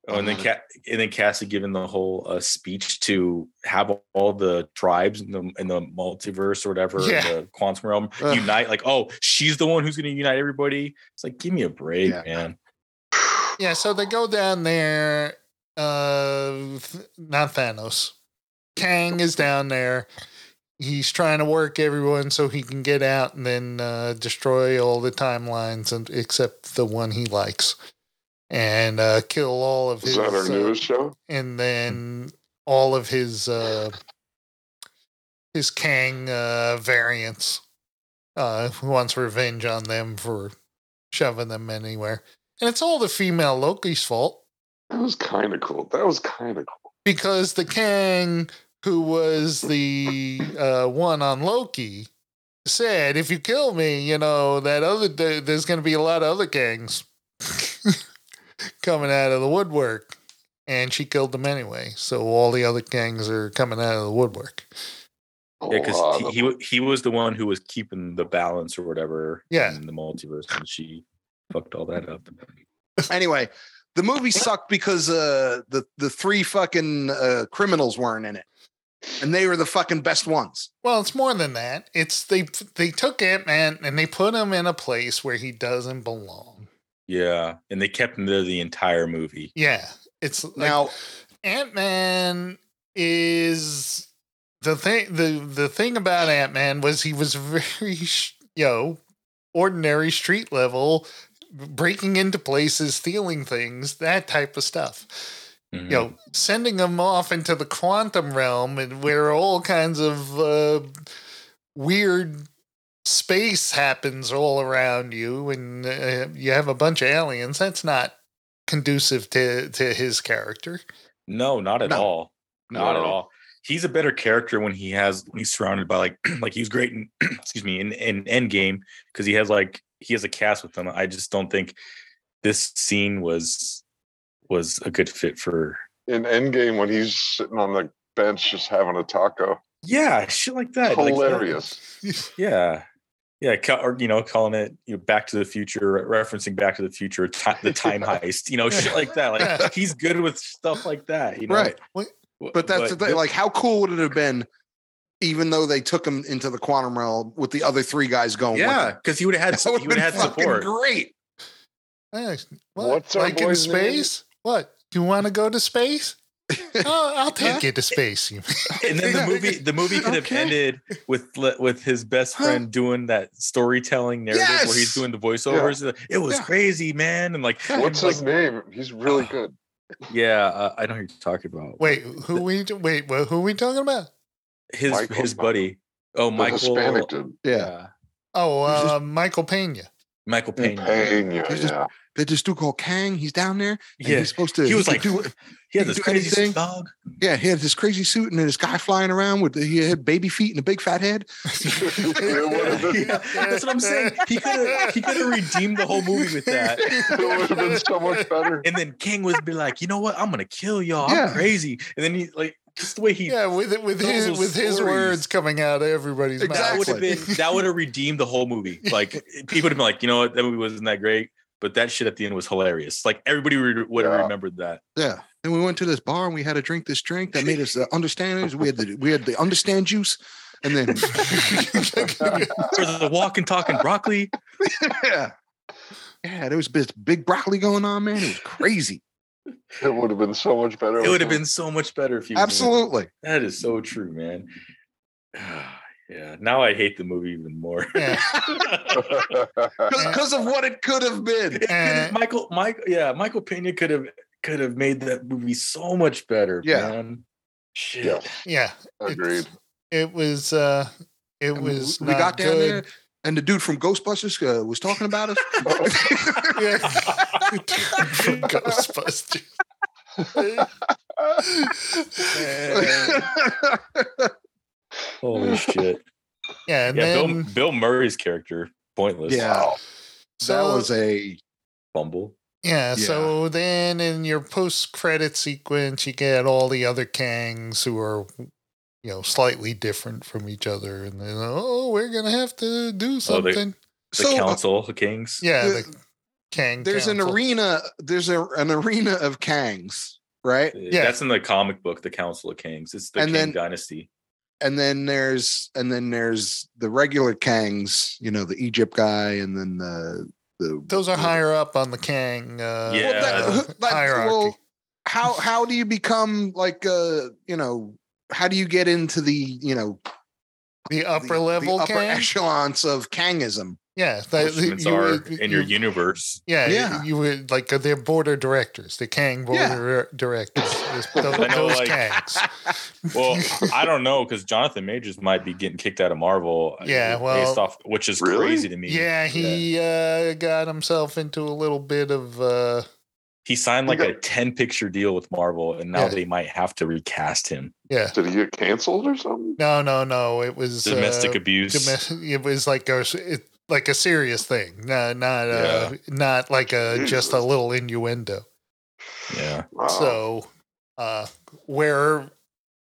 Speaker 3: Oh, and then Ca- and then Cassie giving the whole uh, speech to have all the tribes in the in the multiverse or whatever in
Speaker 2: Yeah.
Speaker 3: the quantum realm
Speaker 1: Ugh.
Speaker 3: unite. Like, oh, she's the one who's going to unite everybody. It's like, give me a break,
Speaker 1: Yeah.
Speaker 3: man.
Speaker 2: Yeah, so they go down there. Uh, th- not Thanos. Kang is down there. He's trying to work everyone so he can get out and then uh, destroy all the timelines and except the one he likes, and uh, kill all of
Speaker 4: Is
Speaker 2: his.
Speaker 4: that our
Speaker 2: uh,
Speaker 4: newest show?
Speaker 2: and then all of his uh, his Kang uh, variants. Uh, who wants revenge on them for shoving them anywhere? And it's all the female Loki's fault
Speaker 4: That was kind of cool. That was kind of cool.
Speaker 2: because the Kang, who was the uh, one on Loki, said, "If you kill me, you know that other th- there's going to be a lot of other Kangs coming out of the woodwork." And she killed them anyway, so all the other Kangs are coming out of the woodwork.
Speaker 4: A
Speaker 3: Yeah,
Speaker 4: lot
Speaker 3: because
Speaker 4: of-
Speaker 3: he, he wa- he was the one who was keeping the balance or whatever.
Speaker 2: Yeah.
Speaker 3: in the multiverse, and she fucked all that up.
Speaker 1: Anyway, the movie sucked because uh, the the three fucking uh, criminals weren't in it, and they were the fucking best ones.
Speaker 2: Well, it's more than that. It's they they took Ant Man and they put him in a place where he doesn't belong.
Speaker 3: Yeah, and they kept him there the entire movie.
Speaker 2: Yeah, it's like,
Speaker 1: Now,
Speaker 2: Ant Man is the thing. the The thing about Ant Man was he was very, sh- you know, ordinary street level, breaking into places, stealing things, that type of stuff.
Speaker 3: Mhm.
Speaker 2: You know, sending him off into the quantum realm, and where all kinds of uh, weird space happens all around you, and uh, you have a bunch of aliens. That's not conducive to to his character.
Speaker 3: No, not at
Speaker 1: No.
Speaker 3: all. Not at
Speaker 4: No.
Speaker 3: all. He's a better character when he has when he's surrounded by like like he was great in excuse me in in Endgame because he has like he has a cast with him. I just don't think this scene was was a good fit for
Speaker 4: in Endgame when he's sitting on the bench just having a taco.
Speaker 3: yeah shit like that. Like,
Speaker 4: Hilarious.
Speaker 3: yeah, yeah, ca- or you know, calling it you know Back to the Future, referencing Back to the Future, ti- the time heist, you know, shit like that.
Speaker 2: Yeah.
Speaker 3: Like he's good with stuff like that, you know?
Speaker 1: Right.
Speaker 2: What-
Speaker 1: but that's the thing.
Speaker 3: thi-
Speaker 1: Like, how cool would it have been, even though they took him into the quantum realm with the other three guys going?
Speaker 3: yeah,
Speaker 1: with him?
Speaker 3: because he would have
Speaker 1: that
Speaker 3: had
Speaker 1: would
Speaker 3: he
Speaker 1: have
Speaker 3: would
Speaker 1: been
Speaker 3: have had
Speaker 1: fucking
Speaker 3: support.
Speaker 1: great.
Speaker 2: Yeah,
Speaker 4: What's our
Speaker 2: like in
Speaker 4: boy's name?
Speaker 2: space? What you want to go to space? oh, I'll take you to space. You
Speaker 3: and then the
Speaker 1: Yeah.
Speaker 3: movie the movie could have
Speaker 1: Okay.
Speaker 3: ended with le- with his best
Speaker 1: Huh?
Speaker 3: friend doing that storytelling narrative where
Speaker 1: Yes!
Speaker 3: he's doing the voiceovers it was
Speaker 1: Yeah.
Speaker 3: crazy man and like uh,
Speaker 4: What's
Speaker 3: and,
Speaker 4: his name? He's really good.
Speaker 3: like, yeah uh, i know who you're talking about
Speaker 2: wait, who we wait? Well, who we talking about?
Speaker 3: his
Speaker 4: Michael-
Speaker 3: his buddy oh
Speaker 4: The
Speaker 3: michael
Speaker 4: Hispanic dude.
Speaker 1: Yeah,
Speaker 3: yeah,
Speaker 2: Oh,
Speaker 1: Who's
Speaker 2: uh, Michael Pena.
Speaker 3: michael payne
Speaker 4: Pena. Yeah,
Speaker 1: He's just-
Speaker 4: yeah.
Speaker 1: There's this dude called Kang. He's down there. and
Speaker 3: Yeah.
Speaker 1: he's supposed to.
Speaker 3: He was
Speaker 1: could
Speaker 3: like-
Speaker 1: do,
Speaker 3: He had
Speaker 1: You
Speaker 3: this
Speaker 1: do
Speaker 3: crazy
Speaker 1: anything?
Speaker 3: dog.
Speaker 1: yeah, he had this crazy suit and then this guy flying around with he had baby feet and a big fat head.
Speaker 4: It would have been,
Speaker 3: Yeah, that's what I'm saying. He could have he could have redeemed the whole movie with that.
Speaker 4: it would have been so much better.
Speaker 3: And then King would be like, you know what? I'm gonna kill y'all.
Speaker 1: Yeah.
Speaker 3: I'm crazy. And then he like just the way he
Speaker 2: yeah, with with
Speaker 3: Those
Speaker 2: his
Speaker 3: little
Speaker 2: with his
Speaker 3: stories.
Speaker 2: words coming out of everybody's
Speaker 3: that
Speaker 1: Exactly.
Speaker 3: would have been that would have redeemed the whole movie. Like people would have been like, you know what, that movie wasn't that great, but that shit at the end was hilarious. Like everybody re- would have
Speaker 4: Yeah.
Speaker 3: remembered that.
Speaker 1: Yeah. Then we went to this bar and we had to drink this drink that made us uh, understand it. We had the we had the understand juice, and then
Speaker 2: mouth.
Speaker 3: Or the walking talking broccoli.
Speaker 1: yeah, yeah, there was this big broccoli going on, man. It was crazy.
Speaker 4: It would have been so much better.
Speaker 3: It would have been so much better if you
Speaker 1: Absolutely.
Speaker 3: That is so true, man. yeah. Now I hate the movie even more.
Speaker 2: Yeah.
Speaker 1: Because of what it could have been.
Speaker 2: and,
Speaker 3: Michael, Mike, yeah, Michael Pena could have could have made that movie so much better.
Speaker 1: Yeah.
Speaker 3: man. Shit.
Speaker 4: yeah,
Speaker 2: yeah,
Speaker 4: agreed.
Speaker 2: it was uh, it
Speaker 1: And we-
Speaker 2: was
Speaker 1: we
Speaker 2: not
Speaker 1: got down
Speaker 2: good. Oh.
Speaker 1: there and the dude from Ghostbusters uh, was talking about us.
Speaker 2: Yeah. From Ghostbusters. yeah,
Speaker 3: Holy shit.
Speaker 2: yeah,
Speaker 3: Yeah,
Speaker 2: and then
Speaker 3: Bill, Bill Murray's character pointless.
Speaker 1: yeah,
Speaker 2: so,
Speaker 1: that was a
Speaker 3: Bumble.
Speaker 2: yeah,
Speaker 1: yeah.
Speaker 2: So then in your post credit sequence, you get all the other Kangs who are, you know, slightly different from each other, and then oh, we're gonna have to do
Speaker 3: Oh, they-
Speaker 2: something.
Speaker 3: The
Speaker 1: so. uh,
Speaker 3: Council of Kings.
Speaker 2: yeah,
Speaker 1: the-
Speaker 2: the Kang.
Speaker 1: there's an
Speaker 2: Council.
Speaker 1: arena. There's a, an arena of Kangs, right?
Speaker 2: Yeah.
Speaker 3: Uh, That's in the comic book, The Council of Kings. It's the
Speaker 1: And
Speaker 3: King
Speaker 1: then-
Speaker 3: Dynasty.
Speaker 1: and then there's and then there's the regular Kangs, you know, the Egypt guy, and then the the
Speaker 2: Those are
Speaker 1: the-
Speaker 2: higher up on the Kang. Uh,
Speaker 3: Well, that-
Speaker 2: uh,
Speaker 1: who- like,
Speaker 2: hierarchy.
Speaker 1: well, how how do you become like uh you know how do you get into the you know
Speaker 2: the
Speaker 1: the-
Speaker 2: upper
Speaker 1: the
Speaker 2: level
Speaker 1: upper
Speaker 2: Kang.
Speaker 1: echelons of Kangism?
Speaker 2: yeah,
Speaker 3: That,
Speaker 2: that, you-
Speaker 3: are
Speaker 2: you-
Speaker 3: in your
Speaker 2: you-
Speaker 3: universe.
Speaker 2: Yeah,
Speaker 1: Yeah.
Speaker 2: You, you would like uh, they're border directors, the Kang border
Speaker 1: Yeah.
Speaker 2: dir- directors. Those, those,
Speaker 3: I know, like-
Speaker 2: Kangs.
Speaker 3: Well, I don't know because Jonathan Majors might be getting kicked out of Marvel. uh,
Speaker 2: Yeah,
Speaker 3: based
Speaker 2: well-
Speaker 3: off which is
Speaker 4: Really?
Speaker 3: crazy to me.
Speaker 2: Yeah, he Uh, got himself into a little bit of uh,
Speaker 3: he signed like a ten picture deal with Marvel, and now
Speaker 2: Yeah.
Speaker 3: they might have to recast him.
Speaker 2: yeah.
Speaker 4: Did he get canceled or something?
Speaker 2: No, no, no. It was
Speaker 3: Domestic
Speaker 2: uh,
Speaker 3: abuse.
Speaker 2: domes- it was like a it, like a serious thing, no, not uh, not like a just a
Speaker 4: Jesus.
Speaker 2: little innuendo.
Speaker 3: yeah,
Speaker 4: Wow.
Speaker 2: So, uh, where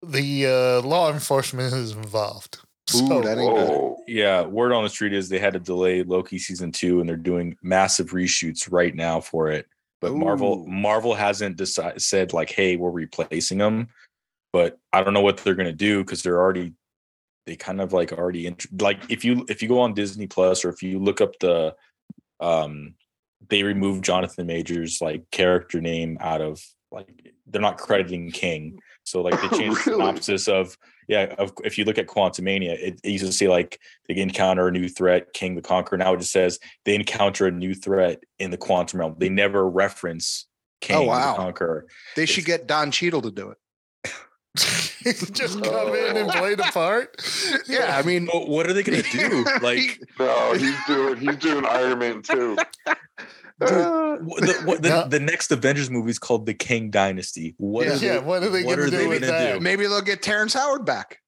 Speaker 2: the uh, law enforcement is involved.
Speaker 1: Ooh,
Speaker 2: so,
Speaker 1: that ain't good.
Speaker 4: Whoa.
Speaker 3: yeah. Word on the street is they had to delay Loki season two, and they're doing massive reshoots right now for it. But Marvel,
Speaker 1: Ooh.
Speaker 3: Marvel hasn't decided said like, "Hey, we're replacing him," but I don't know what they're gonna do because they're already they kind of like already int- like if you if you go on Disney Plus or if you look up the um they removed Jonathan Majors like character name out of like they're not crediting King. So like they changed
Speaker 4: Really?
Speaker 3: the synopsis of yeah, of if you look at Quantumania, it, it used to say like they encounter a new threat, King the Conqueror. Now it just says they encounter a new threat in the quantum realm. They never reference King
Speaker 1: Oh, wow.
Speaker 3: the Conqueror.
Speaker 1: They should get Don Cheadle to do it.
Speaker 2: just come in
Speaker 3: Oh.
Speaker 2: and play the part.
Speaker 1: Yeah, I mean,
Speaker 3: But what are they gonna do? Like
Speaker 4: No, he's doing he's doing Iron Man too.
Speaker 1: uh, Dude,
Speaker 3: wh- the, what, the,
Speaker 2: Yeah.
Speaker 3: the next Avengers movie is called the King Dynasty. What
Speaker 1: Yeah.
Speaker 3: are they
Speaker 2: yeah. What are they
Speaker 3: What
Speaker 2: going to
Speaker 3: are
Speaker 2: do
Speaker 3: they
Speaker 2: with
Speaker 3: gonna
Speaker 2: that?
Speaker 3: do?
Speaker 1: maybe they'll get Terrence Howard back.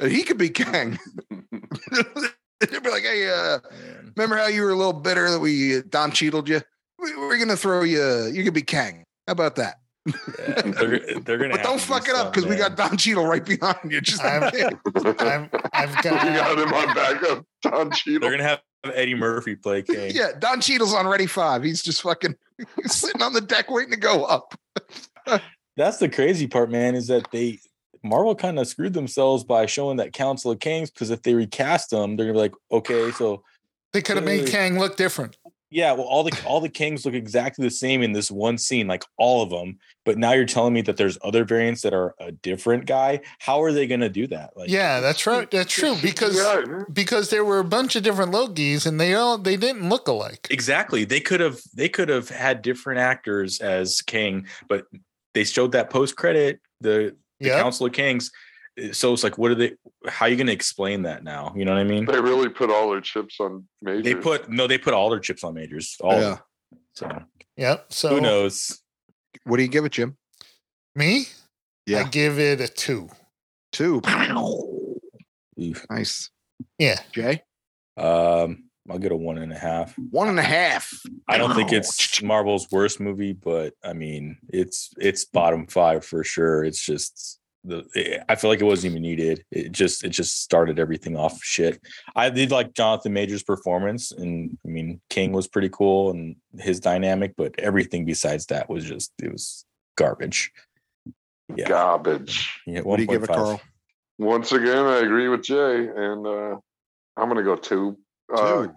Speaker 1: Uh, He could be Kang. They'd be like, hey, uh,
Speaker 3: Man.
Speaker 1: Remember how you were a little bitter that we uh, Don Cheadled you? We, we're gonna throw you. uh, You could be Kang. How about that?
Speaker 3: Yeah, they're, they're gonna.
Speaker 1: But
Speaker 3: have
Speaker 1: don't
Speaker 3: to do
Speaker 1: fuck it up
Speaker 3: stuff,
Speaker 1: because we
Speaker 3: man.
Speaker 1: got Don Cheadle right behind you. Just like,
Speaker 2: I'm-
Speaker 4: we
Speaker 2: I've, I've got.
Speaker 4: got him on backup. Don
Speaker 3: They're
Speaker 4: Cheadle.
Speaker 3: gonna have Eddie Murphy play King.
Speaker 1: yeah, Don Cheadle's on Ready Five. He's just fucking he's sitting on the deck waiting to go up.
Speaker 3: That's the crazy part, man. Is that they Marvel kind of screwed themselves by showing that Council of Kings because if they recast them, they're gonna be like, okay, so
Speaker 2: They could have made Kang look different.
Speaker 3: yeah, well, all the all the kings look exactly the same in this one scene, like all of them. But now you're telling me that there's other variants that are a different guy. How are they gonna do that? Like,
Speaker 2: Yeah, that's right. That's true because
Speaker 4: Yeah, man.
Speaker 2: because there were a bunch of different Logis and they all they didn't look alike.
Speaker 3: Exactly. They could have they could have had different actors as King, but they showed that post credit the, the
Speaker 2: Yeah.
Speaker 3: Council of Kings. So it's like, what are they? How are you going to explain that now? You know what I mean?
Speaker 4: they really put all their chips on Major.
Speaker 3: They put no, they put all their chips on majors. All of them. So
Speaker 2: Yep. So
Speaker 3: who knows?
Speaker 1: What do you give it, Jim?
Speaker 2: me, I
Speaker 1: Yeah.
Speaker 2: give it a two.
Speaker 1: Two.
Speaker 3: Oof.
Speaker 1: Nice.
Speaker 2: Yeah.
Speaker 1: Jay,
Speaker 3: Um, I'll get a one and a half.
Speaker 1: one and a half.
Speaker 3: I don't think it's Marvel's worst movie, but I mean, it's it's bottom five for sure. It's just the it- I feel like it wasn't even needed. It just it just started everything off shit. I did like Jonathan Major's performance, and I mean, King was pretty cool and his dynamic, but everything besides that was just it was garbage. Yeah,
Speaker 4: Garbage.
Speaker 3: yeah.
Speaker 1: What do you give it,
Speaker 3: 1.5.
Speaker 1: Carl?
Speaker 4: Once again, I agree with Jay, and uh, I'm going to go two.
Speaker 1: Two.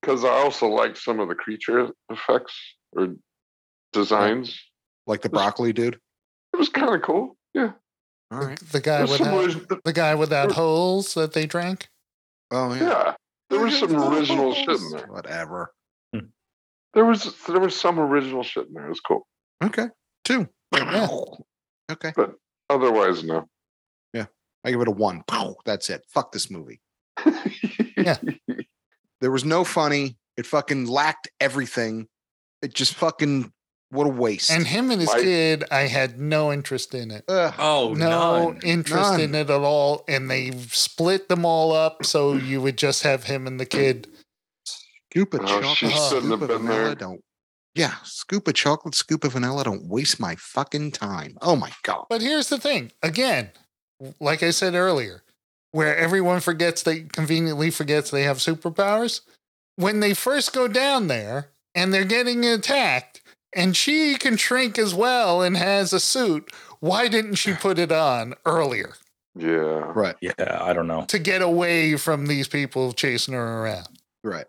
Speaker 4: Because I also like some of the creature effects or designs.
Speaker 1: Like the broccoli dude.
Speaker 4: It was kind of cool. Yeah.
Speaker 1: All
Speaker 2: The-
Speaker 1: right.
Speaker 2: The guy
Speaker 4: There's some
Speaker 2: without
Speaker 4: orig-
Speaker 2: the guy without holes that they drank.
Speaker 1: Oh yeah.
Speaker 4: yeah. There was some original shit in there.
Speaker 1: Whatever.
Speaker 4: There was there was some original shit in there. It was cool.
Speaker 1: Okay. Two.
Speaker 2: Yeah.
Speaker 1: Okay.
Speaker 4: Otherwise, no.
Speaker 1: I give it a one. That's it. Fuck this movie. There was no funny. It fucking lacked everything. It just fucking what a waste.
Speaker 2: And him and his
Speaker 4: Why-
Speaker 2: kid, I had no interest in it.
Speaker 1: Ugh.
Speaker 3: Oh
Speaker 2: no
Speaker 3: none.
Speaker 2: interest
Speaker 1: None.
Speaker 2: in it at all. And they split them all up so you would just have him and the kid.
Speaker 1: scoop of
Speaker 4: Oh,
Speaker 1: chocolate,
Speaker 4: she
Speaker 2: shouldn't
Speaker 1: scoop
Speaker 4: have
Speaker 1: of
Speaker 4: been
Speaker 1: vanilla.
Speaker 4: there.
Speaker 1: Don't. Yeah, scoop of chocolate, scoop of vanilla. Don't waste my fucking time. Oh my god.
Speaker 2: But here's the thing again, like I said earlier, where everyone forgets they conveniently forgets they have superpowers. When they first go down there and they're getting attacked, and she can shrink as well and has a suit, why didn't she put it on earlier
Speaker 4: Yeah.
Speaker 1: Right.
Speaker 3: Yeah, I don't know.
Speaker 2: to get away from these people chasing her around?
Speaker 1: Right.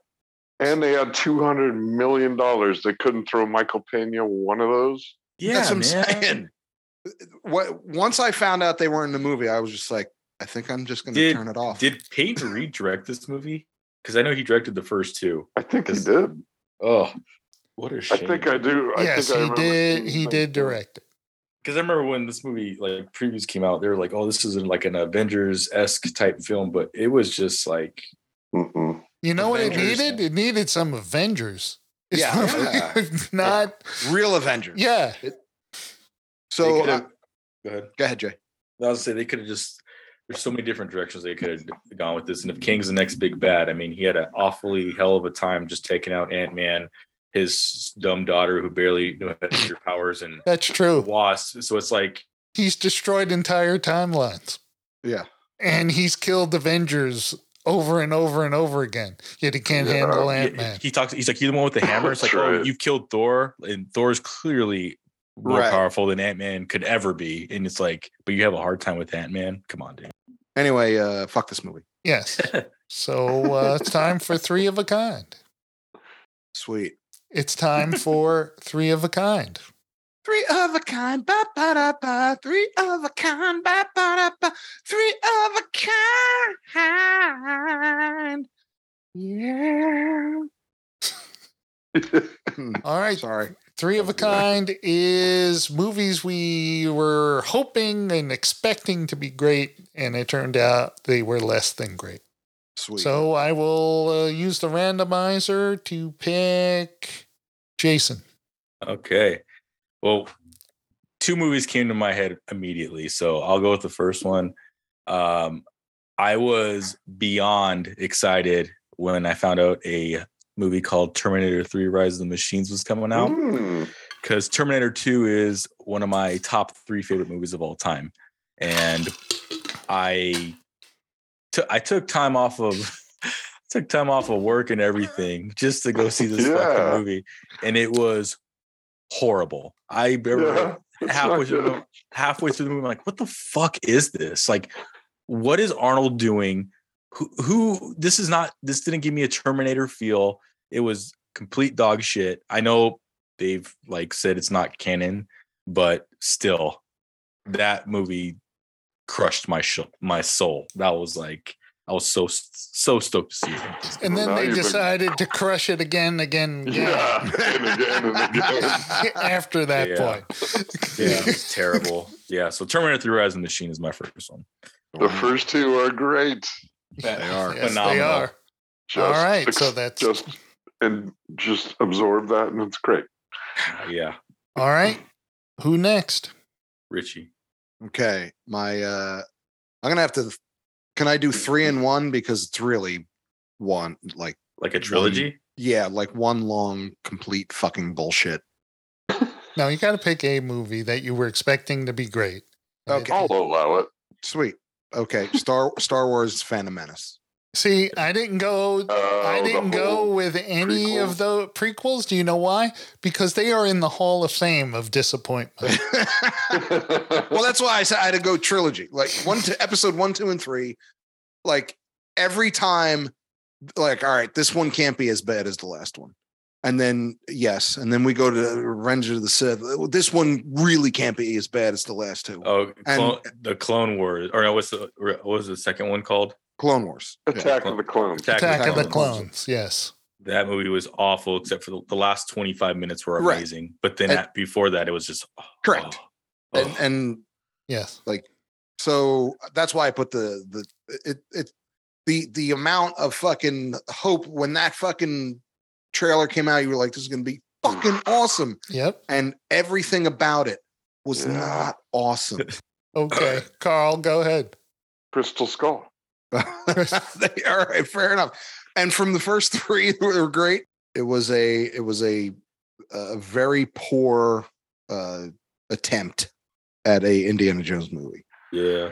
Speaker 4: And they had two hundred million dollars. They couldn't throw Michael Pena one of those.
Speaker 3: Yeah,
Speaker 1: That's what
Speaker 3: man.
Speaker 1: I'm saying. What once I found out they were in the movie, I was just like, I think I'm just gonna
Speaker 3: Did-
Speaker 1: turn it off.
Speaker 3: Did Peyton Reed direct this movie? Because I know he directed the first two.
Speaker 4: I think he
Speaker 3: Is-
Speaker 4: did.
Speaker 3: Oh, what a shame!
Speaker 4: I think I do. I
Speaker 2: yes,
Speaker 4: think I
Speaker 2: he
Speaker 4: remember
Speaker 2: did.
Speaker 4: seeing
Speaker 2: He
Speaker 4: that.
Speaker 2: did direct it.
Speaker 3: because I remember when this movie like previews came out, they were like, "Oh, this isn't like an Avengers esque type film," but it was just like,
Speaker 4: Mm-mm.
Speaker 2: You know what it
Speaker 3: Avengers.
Speaker 2: needed? It needed some Avengers.
Speaker 1: Yeah.
Speaker 2: not
Speaker 1: Real Avengers.
Speaker 2: yeah.
Speaker 1: So
Speaker 3: They
Speaker 1: uh,
Speaker 3: could've- go ahead.
Speaker 1: go ahead, Jay.
Speaker 3: I was gonna say they could have just. There's so many different directions they could have gone with this, and if King's the next big bad, I mean, he had an awfully hell of a time just taking out Ant Man, his dumb daughter who barely knew how to use her powers, and
Speaker 2: That's true.
Speaker 3: Wasp. So it's like,
Speaker 2: He's destroyed entire timelines
Speaker 1: Yeah.
Speaker 2: and he's killed Avengers over and over and over again. Yet he can't
Speaker 4: Yeah.
Speaker 2: handle
Speaker 3: Yeah,
Speaker 2: Ant Man.
Speaker 3: He talks. He's like, you're the one with the hammer. It's like, oh,
Speaker 4: Right.
Speaker 3: you killed Thor, and Thor's clearly more
Speaker 1: Right.
Speaker 3: powerful than Ant Man could ever be. And it's like, but you have a hard time with Ant Man. Come on, dude.
Speaker 1: Anyway, uh fuck this movie.
Speaker 2: Yes. So uh, it's time for three of a kind.
Speaker 1: Sweet.
Speaker 2: It's time for three of a kind.
Speaker 1: Three of a kind, ba ba da ba. Three of a kind, ba ba da ba. Three of a kind. Yeah.
Speaker 2: All right.
Speaker 1: Sorry.
Speaker 2: Three of a kind is movies we were hoping and expecting to be great, and it turned out they were less than great.
Speaker 1: Sweet.
Speaker 2: So I will uh, use the randomizer to pick Jason.
Speaker 3: Okay. Well, two movies came to my head immediately, so I'll go with the first one. Um, I was beyond excited when I found out a movie called Terminator 3 Rise of the Machines was coming out.
Speaker 4: Mm.
Speaker 3: because Terminator 2 is one of my top three favorite movies of all time. And I took I took time off of took time off of work and everything just to go see this
Speaker 4: Yeah.
Speaker 3: fucking movie. And it was horrible. I remember
Speaker 4: Yeah. It's
Speaker 3: halfway
Speaker 4: not
Speaker 3: through,
Speaker 4: good.
Speaker 3: the- halfway through the movie, I'm like, what the fuck is this? Like, what is Arnold doing? Who, who, this is not, this didn't give me a Terminator feel. It was complete dog shit. I know they've like said it's not canon, but still, that movie crushed my sh- my soul. That was like, I was so, so stoked to see it.
Speaker 2: And then
Speaker 4: Now
Speaker 2: they
Speaker 4: you've been-
Speaker 2: decided to crush it again, again, again
Speaker 4: Yeah. And again and again.
Speaker 2: after that
Speaker 3: Yeah.
Speaker 2: point.
Speaker 3: Yeah, it was terrible. Yeah. So Terminator 3 Rise of the Machine is my first one.
Speaker 4: The first two are great.
Speaker 1: They are.
Speaker 2: Yes, they
Speaker 3: Phenomenal.
Speaker 2: are.
Speaker 4: Just
Speaker 2: All right.
Speaker 4: ex-
Speaker 2: So that's
Speaker 4: just and just absorb that, and it's great.
Speaker 3: Yeah,
Speaker 2: All right. Who next?
Speaker 3: Richie.
Speaker 1: Okay, my uh I'm gonna have to. Can I do three in one because it's really one like
Speaker 3: Like a trilogy?
Speaker 1: yeah like one long complete fucking bullshit.
Speaker 2: No, you got to pick a movie that you were expecting to be great.
Speaker 1: Okay.
Speaker 4: I'll allow it.
Speaker 1: Sweet. Okay, Star Star Wars Phantom Menace.
Speaker 2: See, I didn't go.
Speaker 4: Oh,
Speaker 2: I
Speaker 4: the
Speaker 2: didn't go
Speaker 4: whole-
Speaker 2: with any of the prequels. Do you know why? Because they are in the Hall of Fame of disappointment.
Speaker 1: well, that's why I said I had to go trilogy. Like one, to episode one, two, and three. Like every time, like all right, this one can't be as bad as the last one. And then yes, and then we go to Revenge of the Sith. This one really can't be as bad as the last two.
Speaker 3: Oh, clone, the Clone Wars, or no? What's the what was the second one called?
Speaker 1: Clone Wars. Yeah.
Speaker 4: Attack of the Clones.
Speaker 2: Attack of the
Speaker 1: Clones.
Speaker 2: Clones. Yes.
Speaker 3: That movie was awful, except for the, the last twenty five minutes were
Speaker 1: Right.
Speaker 3: amazing. But then
Speaker 1: And-
Speaker 3: at, before that, it was just oh,
Speaker 1: Correct.
Speaker 3: oh,
Speaker 1: And, and
Speaker 2: Yes.
Speaker 1: so that's why I put the the it it the the amount of fucking hope when that fucking trailer came out, you were like, this is gonna be fucking awesome.
Speaker 2: Yep.
Speaker 1: And everything about it was
Speaker 4: Yeah.
Speaker 1: not awesome.
Speaker 2: Okay. Carl, go ahead.
Speaker 4: Crystal Skull.
Speaker 1: they, all right, fair enough. And from the first three that were great, it was a it was a a very poor uh attempt at a Indiana Jones movie.
Speaker 3: yeah.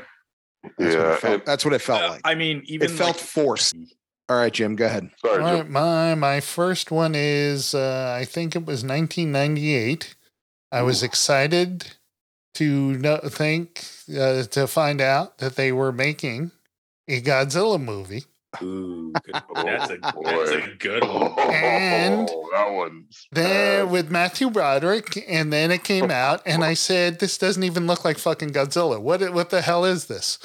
Speaker 1: That's what
Speaker 4: Yeah,
Speaker 1: it felt,
Speaker 4: and-
Speaker 1: that's what it felt
Speaker 3: Uh,
Speaker 1: like.
Speaker 3: I mean, even
Speaker 1: felt
Speaker 3: like-
Speaker 1: forced. all right, Jim, go ahead.
Speaker 2: All
Speaker 4: Sorry,
Speaker 2: right, my my first one is uh, I think it was 1998. I was excited to know, think uh, to find out that they were making a Godzilla movie.
Speaker 3: Ooh, good- that's a
Speaker 4: Oh,
Speaker 3: that's a
Speaker 4: boy.
Speaker 3: good
Speaker 4: Jim.
Speaker 3: one.
Speaker 2: And-
Speaker 4: Oh, that one's
Speaker 2: There
Speaker 4: bad.
Speaker 2: with Matthew Broderick, and then it came out, and I said, "This doesn't even look like fucking Godzilla. What what the hell is this?"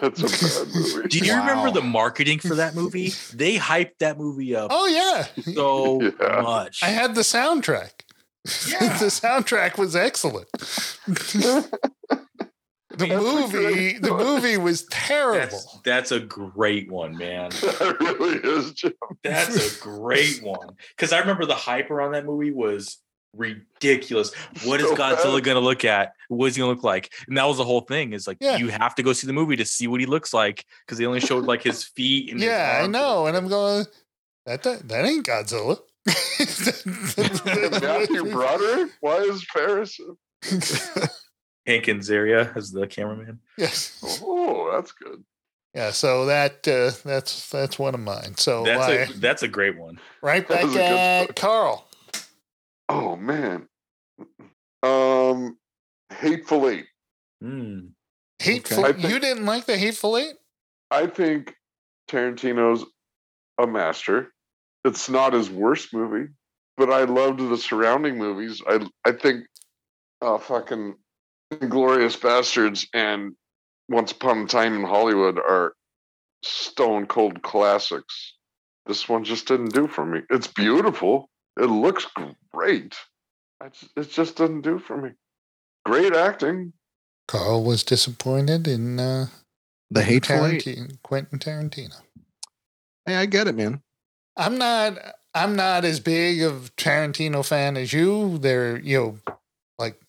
Speaker 4: That's a bad movie.
Speaker 3: Do you remember
Speaker 1: Wow.
Speaker 3: the marketing for that movie? They hyped that movie up
Speaker 2: Oh yeah,
Speaker 3: so
Speaker 4: Yeah.
Speaker 3: much.
Speaker 2: I had the soundtrack.
Speaker 1: Yeah.
Speaker 2: the soundtrack was excellent. the
Speaker 3: mean,
Speaker 4: that's a
Speaker 2: movie,
Speaker 4: good
Speaker 2: the
Speaker 4: one.
Speaker 2: movie was terrible.
Speaker 3: that's, that's a great one, man.
Speaker 4: That really is. Jim.
Speaker 3: That's a great one. Because I remember the hype around that movie was ridiculous. What is
Speaker 4: So bad.
Speaker 3: Godzilla going to look at? What is he going to look like? And that was the whole thing. Is like
Speaker 2: Yeah.
Speaker 3: you have to go see the movie to see what he looks like because they only showed like his feet. And his
Speaker 2: yeah, I
Speaker 3: arms.
Speaker 2: know, and I'm going. That that, that ain't Godzilla.
Speaker 4: Matthew Broderick. Why is Paris?
Speaker 3: Hank Azaria as the cameraman.
Speaker 2: yes.
Speaker 4: Oh, that's good.
Speaker 2: Yeah, so that uh, that's that's one of mine. So
Speaker 3: That's
Speaker 2: I-
Speaker 3: a that's a great one.
Speaker 2: right
Speaker 4: that
Speaker 2: back
Speaker 4: was a good
Speaker 2: at
Speaker 4: one.
Speaker 2: Carl.
Speaker 4: Oh man. Um, Hateful Eight.
Speaker 3: Hmm.
Speaker 2: Hateful.
Speaker 4: I think-
Speaker 2: you didn't like the Hateful Eight?
Speaker 4: I think Tarantino's a master. It's not his worst movie, but I loved the surrounding movies. I I think uh, fucking Glorious Bastards and Once Upon a Time in Hollywood are stone cold classics. This one just didn't do for me. It's beautiful. It looks great. I just, it just didn't do for me. Great acting.
Speaker 2: Carl was disappointed in uh,
Speaker 1: The Hateful Eight.
Speaker 2: Tarantino, Quentin Tarantino.
Speaker 1: Hey, I get it, man.
Speaker 2: I'm not I'm not as big of Tarantino fan as you. There, you know, like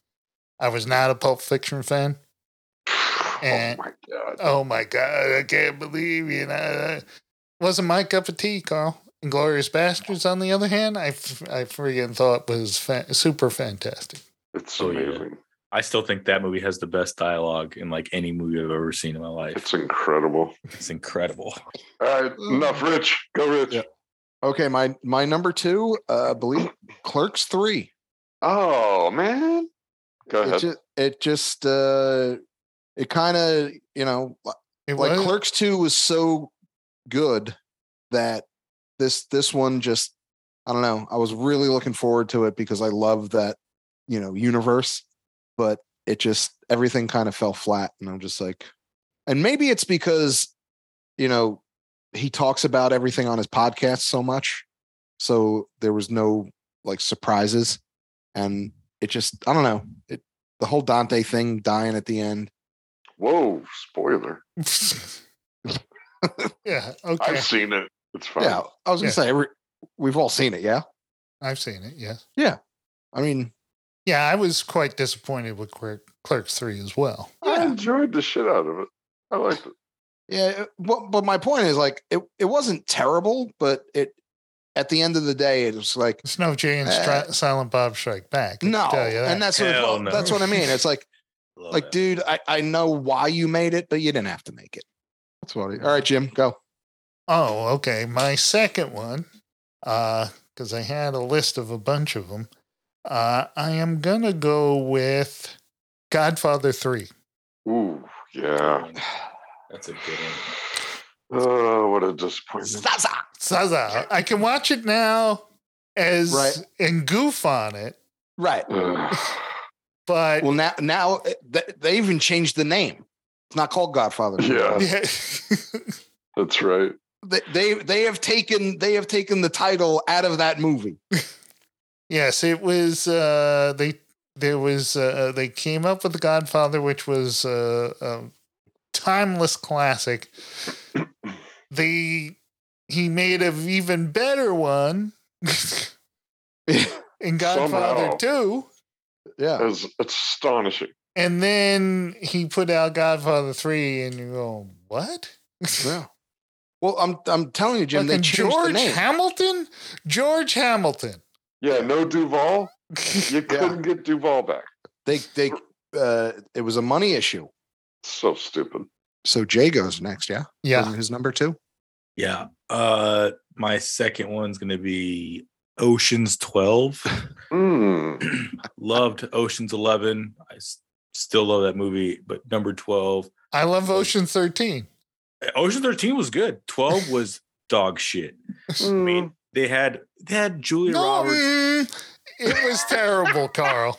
Speaker 2: I was not a Pulp Fiction fan.
Speaker 4: Oh
Speaker 2: And-
Speaker 4: my god!
Speaker 2: Oh my god, I can't believe you know that wasn't my cup of tea, Carl. Inglorious Bastards, on the other hand, I f- I freaking thought was fa- super fantastic.
Speaker 4: It's
Speaker 3: Oh, yeah.
Speaker 4: amazing.
Speaker 3: I still think that movie has the best dialogue in like any movie I've ever seen in my life.
Speaker 4: It's incredible.
Speaker 3: It's incredible.
Speaker 4: All right, enough, Rich. Go, Rich.
Speaker 1: Mm. Yeah. Okay, my my number two, uh, I believe Clerks three.
Speaker 4: Oh man, go
Speaker 1: It
Speaker 4: ahead.
Speaker 1: just, it just uh, it kind of you know
Speaker 2: It
Speaker 1: like
Speaker 2: was
Speaker 1: Clerks two was so good that this this one just I don't know. I was really looking forward to it because I love that you know universe, but it just everything kind of fell flat, and I'm just like, and maybe it's because you know he talks about everything on his podcast so much, so there was no like surprises, and it just I don't know it the whole Dante thing dying at the end.
Speaker 4: Whoa, spoiler!
Speaker 2: yeah okay.
Speaker 4: I've seen it. It's fine.
Speaker 1: Yeah, I was gonna
Speaker 2: Yeah.
Speaker 1: say every We've all seen it, yeah.
Speaker 2: I've seen it. Yes.
Speaker 1: I mean,
Speaker 2: Yeah, I was quite disappointed with Clerk, Clerks Three as well.
Speaker 4: I
Speaker 1: yeah,
Speaker 4: enjoyed the shit out of it. I liked it.
Speaker 1: yeah. it- But but my point is like it it wasn't terrible, but it at the end of the day it was like
Speaker 2: It's no Jay and
Speaker 1: Uh,
Speaker 2: Stri- Silent Bob Strike Back. I can
Speaker 1: no,
Speaker 2: tell you that.
Speaker 1: and that's what
Speaker 3: Hell
Speaker 1: well,
Speaker 3: no.
Speaker 1: that's what I mean. It's like
Speaker 3: Love
Speaker 1: like,
Speaker 3: it.
Speaker 1: dude, I I know why you made it, but you didn't have to make it. That's what. I, all right, Jim, go.
Speaker 2: Oh, okay. My second one, because I had a list of a bunch of them, uh, I am going to go with Godfather 3.
Speaker 4: Ooh,
Speaker 3: Good
Speaker 4: yeah.
Speaker 3: one. That's a good one.
Speaker 4: Oh, what a disappointment.
Speaker 1: Zaza.
Speaker 2: Zaza. I can watch it now as
Speaker 1: Right.
Speaker 2: and goof on it,
Speaker 1: Right.
Speaker 4: Ugh.
Speaker 2: but
Speaker 1: Well, now now uh, th- they even changed the name. It's not called Godfather.
Speaker 4: Yeah.
Speaker 2: yeah.
Speaker 4: That's right.
Speaker 1: They, they they have taken they have taken the title out of that movie.
Speaker 2: yes, it was. Uh, they there was uh, they came up with The Godfather, which was uh, a timeless classic. They he made an even better one. in Godfather
Speaker 4: Somehow.
Speaker 2: 2.
Speaker 1: yeah.
Speaker 4: That's astonishing.
Speaker 2: And then he put out Godfather 3, and you go, what?
Speaker 1: Yeah. Well, I'm I'm telling you, Jim, they
Speaker 2: Fucking
Speaker 1: changed the
Speaker 2: George
Speaker 1: name.
Speaker 2: Hamilton? George Hamilton.
Speaker 4: Yeah, no Duval. You
Speaker 1: Yeah.
Speaker 4: couldn't get Duval back.
Speaker 1: they they uh, it was a money issue.
Speaker 4: So stupid.
Speaker 1: So Jay goes next. Yeah.
Speaker 2: Yeah.
Speaker 1: Wasn't His number two.
Speaker 3: Yeah. Uh, my second one's gonna be Ocean's Twelve.
Speaker 4: Mm.
Speaker 3: Loved Ocean's Eleven. I s- still love that movie, but number twelve,
Speaker 2: I love Ocean 13.
Speaker 3: Ocean Thirteen was good. Twelve was dog shit. I
Speaker 4: Hmm.
Speaker 3: mean, they had they had Julia
Speaker 2: No,
Speaker 3: Roberts.
Speaker 2: mm, it was terrible, Carl.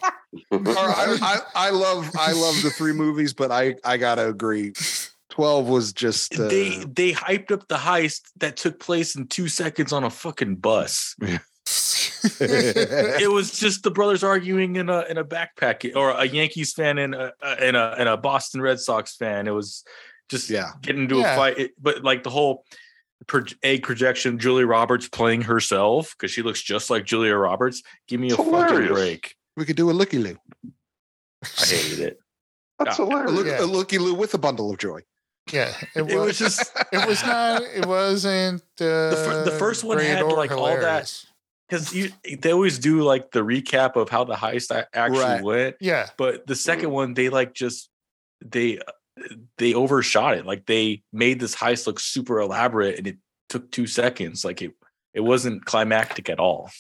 Speaker 1: All right, I, I, I love I love the three movies, but I I gotta agree. Twelve was just uh,
Speaker 3: they they hyped up the heist that took place in two seconds on a fucking bus. It was just the brothers arguing in a in a backpack or a Yankees fan and a and a and a Boston Red Sox fan. It was just
Speaker 1: yeah
Speaker 3: getting into
Speaker 2: Yeah.
Speaker 3: a fight. It- but like the whole pro- egg projection, Julia Roberts playing herself because she looks just like Julia Roberts. Give me
Speaker 4: It's
Speaker 3: a fucking
Speaker 4: hilarious.
Speaker 3: break.
Speaker 1: we could do a looky loo
Speaker 3: I hated it.
Speaker 4: That's
Speaker 3: Yeah.
Speaker 1: a,
Speaker 4: hilarious.
Speaker 1: look, a looky loo with a bundle of joy.
Speaker 2: yeah, it was,
Speaker 3: It was just
Speaker 2: it was not, it wasn't. Uh,
Speaker 3: fir- the first one
Speaker 2: great
Speaker 3: had,
Speaker 2: or
Speaker 3: like, all that-
Speaker 2: hilarious.
Speaker 3: because you they always do like the recap of how the heist a- actually
Speaker 1: Right.
Speaker 3: went.
Speaker 2: Yeah.
Speaker 3: but the second one they like just they they overshot it like they made this heist look super elaborate and it took two seconds like it it wasn't climactic at all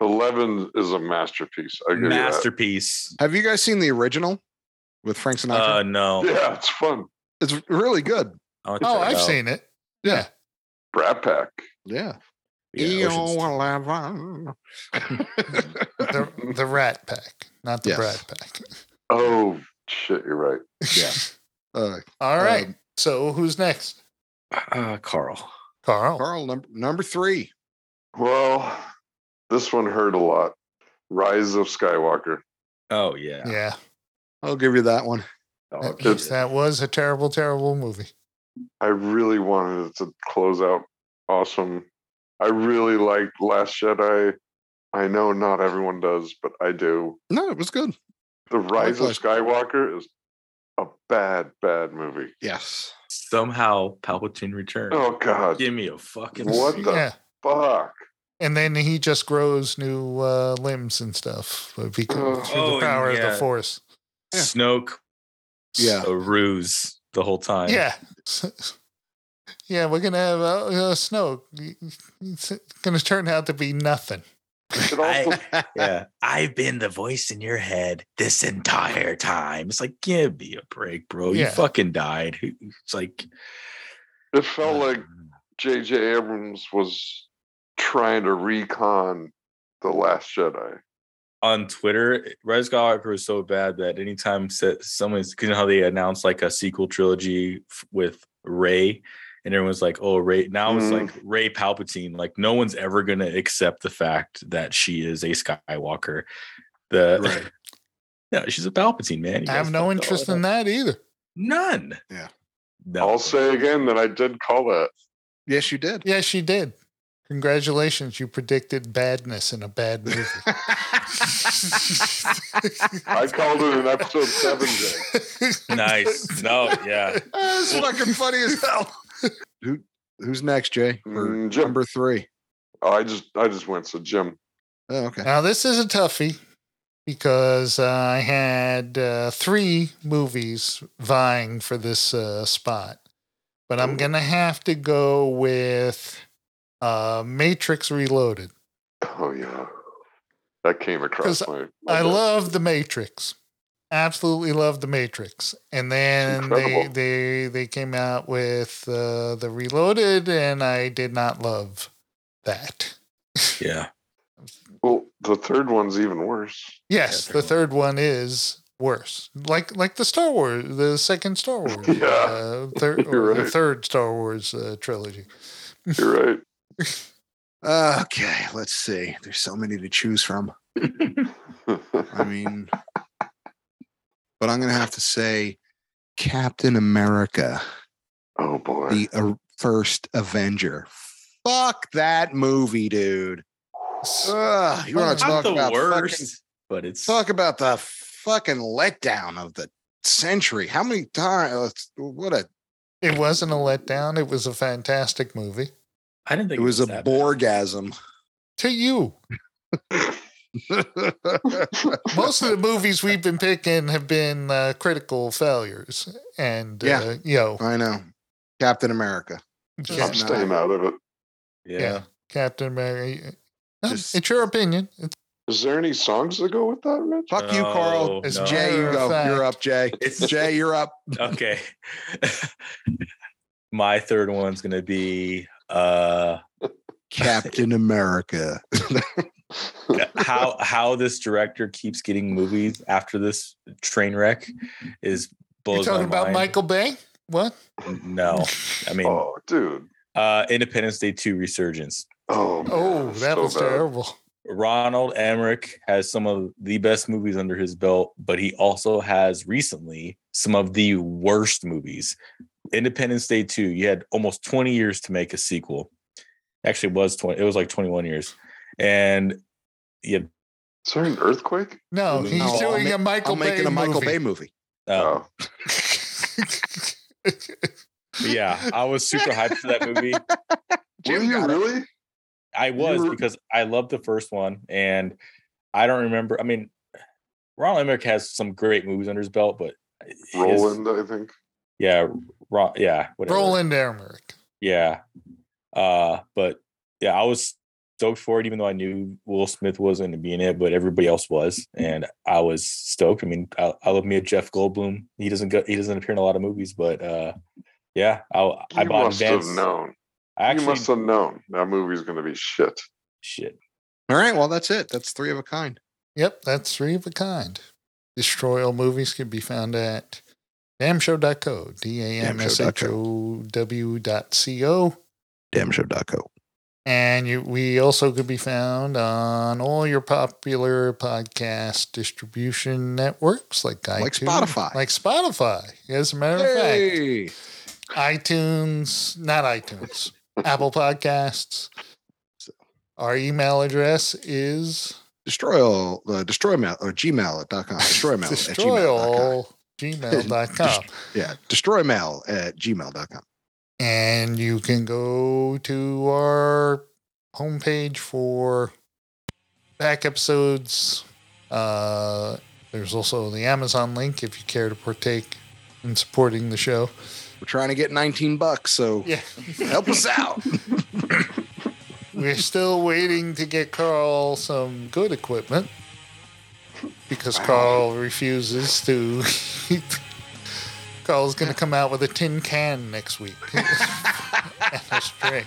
Speaker 4: Eleven is a masterpiece. I agree. Master-
Speaker 3: masterpiece
Speaker 1: Have you guys seen the original with Frank Sinatra?
Speaker 3: uh no
Speaker 4: yeah, it's fun.
Speaker 1: it's really good.
Speaker 3: I'll check
Speaker 2: Oh,
Speaker 3: it
Speaker 2: I've
Speaker 3: out.
Speaker 2: seen it.
Speaker 1: Yeah.
Speaker 4: Brat Pack.
Speaker 1: Yeah.
Speaker 3: Yeah, Ocean's-
Speaker 1: E.O. Eleven.
Speaker 2: The, the Rat Pack, not the
Speaker 1: Yes.
Speaker 2: Brat Pack.
Speaker 4: Oh shit, you're right.
Speaker 1: Yeah. uh,
Speaker 2: All right.
Speaker 1: Um,
Speaker 2: so who's next?
Speaker 3: uh carl
Speaker 2: Carl.
Speaker 1: Carl number number three.
Speaker 4: Well, this one hurt a lot. Rise of Skywalker.
Speaker 3: oh yeah, Oh,
Speaker 2: Yeah.
Speaker 1: I'll give you that one.
Speaker 3: Dog
Speaker 2: That,
Speaker 3: shit.
Speaker 2: that was a terrible, terrible movie.
Speaker 4: I really wanted it to close out awesome. I really liked Last Jedi. I know not everyone does, but I do.
Speaker 1: No, it was good.
Speaker 4: The Rise of
Speaker 1: Likewise.
Speaker 4: Skywalker is a bad, bad movie.
Speaker 1: Yes.
Speaker 3: somehow palpatine returned
Speaker 4: Oh God,
Speaker 3: give me a fucking
Speaker 4: What
Speaker 3: break.
Speaker 4: the-
Speaker 2: Yeah.
Speaker 4: fuck!
Speaker 2: And then he just grows new uh, limbs and stuff uh, because through
Speaker 3: Oh,
Speaker 2: the power of
Speaker 3: yeah.
Speaker 2: the force.
Speaker 1: Yeah.
Speaker 3: snoke
Speaker 1: Yeah.
Speaker 3: a ruse the whole time
Speaker 2: Yeah. yeah, we're going to have uh, uh, Snoke. It's going to turn out to be nothing.
Speaker 4: It
Speaker 3: I-
Speaker 4: also
Speaker 3: yeah. I've been the voice in your head this entire time. It's like, give me a break, bro. You
Speaker 2: Yeah.
Speaker 3: fucking died. It's like, uh,
Speaker 4: it felt like J.J. Abrams was trying to recon the Last Jedi.
Speaker 3: on Twitter, Red Skywalker was so bad that anytime sa- someone's, 'cause you know how they announced like a sequel trilogy f- with Ray, and everyone's like, oh, Ray. Now it's
Speaker 1: Mm.
Speaker 4: Mhm.
Speaker 3: like Ray Palpatine. Like, no one's ever going to accept the fact that she is a Skywalker. The,
Speaker 1: Right.
Speaker 3: no, she's a Palpatine, man. You
Speaker 2: I
Speaker 3: guys
Speaker 2: have no
Speaker 3: fucked
Speaker 2: interest
Speaker 3: all
Speaker 2: in that either.
Speaker 3: None.
Speaker 1: Yeah.
Speaker 3: No.
Speaker 4: I'll say again that I did call that.
Speaker 1: Yes, you did.
Speaker 2: Yeah, she did. Congratulations, you predicted badness in a bad movie.
Speaker 4: I called it in episode seven, Jay.
Speaker 3: Nice. No, yeah.
Speaker 2: That's fucking funny as hell.
Speaker 1: Who's next, Jay? Or
Speaker 4: Mm, Jim.
Speaker 1: number three.
Speaker 4: Oh, I just I just went to Jim.
Speaker 1: Oh, okay.
Speaker 2: Now this is a toughie because uh, I had uh, three movies vying for this uh, spot, but I'm
Speaker 4: Ooh.
Speaker 2: gonna have to go with uh, Matrix Reloaded.
Speaker 4: Oh yeah, that came
Speaker 2: 'Cause
Speaker 4: across my. my
Speaker 2: I
Speaker 4: desk.
Speaker 2: love the Matrix. Absolutely love the Matrix. And then they
Speaker 4: incredible.
Speaker 2: they they came out with uh, the Reloaded, and I did not love that.
Speaker 3: Yeah.
Speaker 4: Well, the third one's even worse.
Speaker 2: Yes,
Speaker 3: Yeah,
Speaker 2: the
Speaker 3: third
Speaker 2: third one is worse. Like like the Star Wars, the second Star Wars,
Speaker 4: Yeah.
Speaker 2: uh, thir-
Speaker 4: You're
Speaker 2: or the
Speaker 4: right.
Speaker 2: third Star Wars uh, trilogy.
Speaker 4: You're right.
Speaker 1: Okay, let's see. There's so many to choose from. I mean, but I'm gonna have to say Captain America,
Speaker 4: oh boy.
Speaker 1: the uh, first Avenger. Fuck that movie, dude. Ugh, you want
Speaker 2: Not
Speaker 1: to talk
Speaker 3: Not the
Speaker 1: about
Speaker 3: worst,
Speaker 1: fucking,
Speaker 3: but it's
Speaker 1: talk about the fucking letdown of the century? How many times? What a
Speaker 2: It wasn't a letdown. It was a fantastic movie.
Speaker 3: I didn't think
Speaker 1: it was a
Speaker 3: that bad.
Speaker 1: borgasm.
Speaker 2: To you, most of the movies we've been picking have been uh, critical failures, and uh,
Speaker 1: Yeah.
Speaker 2: you know,
Speaker 1: I know, Captain America.
Speaker 4: I'm
Speaker 2: Cap-
Speaker 1: no.
Speaker 4: staying out of it.
Speaker 3: Yeah.
Speaker 2: yeah, Captain America. uh, No,
Speaker 1: Just-
Speaker 2: it's your opinion. It's
Speaker 4: Is there any songs that go with that, Rich?
Speaker 1: Fuck you, Carl.
Speaker 3: No,
Speaker 2: It's
Speaker 3: no.
Speaker 1: Jay, you go.
Speaker 2: Fact.
Speaker 1: You're up, Jay.
Speaker 3: It's-
Speaker 1: Jay, you're up.
Speaker 3: Okay. My third one's gonna be uh
Speaker 1: Captain America.
Speaker 3: how how this director keeps getting movies after this train wreck is blows
Speaker 2: you talking
Speaker 3: my
Speaker 2: about
Speaker 3: mind.
Speaker 2: Michael Bay? What?
Speaker 3: No, I mean
Speaker 4: oh, dude.
Speaker 3: uh, Independence Day two resurgence.
Speaker 4: Oh, man,
Speaker 2: Oh, that
Speaker 4: so
Speaker 2: was
Speaker 4: bad.
Speaker 2: terrible.
Speaker 3: Ronald Emmerich has some of the best movies under his belt, but he also has recently some of the worst movies. Independence Day 2, you had almost 20 years to make a sequel. Actually, it was 20, it was like 21 years. And yeah,
Speaker 4: Is there an earthquake?
Speaker 2: No,
Speaker 3: No,
Speaker 2: he's
Speaker 1: I'm
Speaker 2: doing
Speaker 1: ma-
Speaker 2: a Michael
Speaker 1: I'm
Speaker 2: Bay.
Speaker 1: making a Michael
Speaker 2: movie.
Speaker 1: Bay movie.
Speaker 3: uh,
Speaker 4: Oh,
Speaker 3: yeah, I was super hyped for that movie.
Speaker 4: were
Speaker 1: Jim
Speaker 4: you
Speaker 1: got it.
Speaker 4: really?
Speaker 3: I was
Speaker 4: were-
Speaker 3: because I loved the first one, and I don't remember. I mean, Ronald Emmerich has some great movies under his belt, but his-
Speaker 4: Roland, I think.
Speaker 3: yeah, Ro- yeah, whatever.
Speaker 2: Roland Emmerich.
Speaker 3: Yeah. Uh, but yeah, I was stoked for it, even though I knew Will Smith wasn't going to be in it, but everybody else was, and I was stoked. I mean, I, I love me a Jeff Goldblum. He doesn't go, he doesn't appear in a lot of movies, but uh, yeah, I I
Speaker 4: you
Speaker 3: bought
Speaker 4: must have
Speaker 3: advance.
Speaker 4: known.
Speaker 3: I actually
Speaker 4: you must have known that movie's going to be shit.
Speaker 3: shit.
Speaker 1: All right. Well, that's it. That's three of a kind.
Speaker 2: Yep, that's three of a kind. Destroy all movies can be found at damshow.co, D A M S H O W dot C O.
Speaker 1: Damshow.co.
Speaker 2: And you, we also could be found on all your popular podcast distribution networks like iTunes,
Speaker 1: Like Spotify.
Speaker 2: Like Spotify. As a matter of fact,
Speaker 1: Hey.
Speaker 2: iTunes, not iTunes, Apple Podcasts. Our email address is
Speaker 1: Destroy all uh, destroy mail or gmail at .com. Destroy mail at gmail.com.
Speaker 2: destroyallgmail.com.
Speaker 1: Yeah. Destroy mail at gmail.com.
Speaker 2: and you can go to our homepage for back episodes. Uh, there's also the Amazon link if you care to partake in supporting the show.
Speaker 1: We're trying to get 19 bucks, so
Speaker 2: Yeah.
Speaker 1: help us out.
Speaker 2: We're still waiting to get Carl some good equipment because Carl refuses to. Carl's going to come out with a tin can next week. and a string.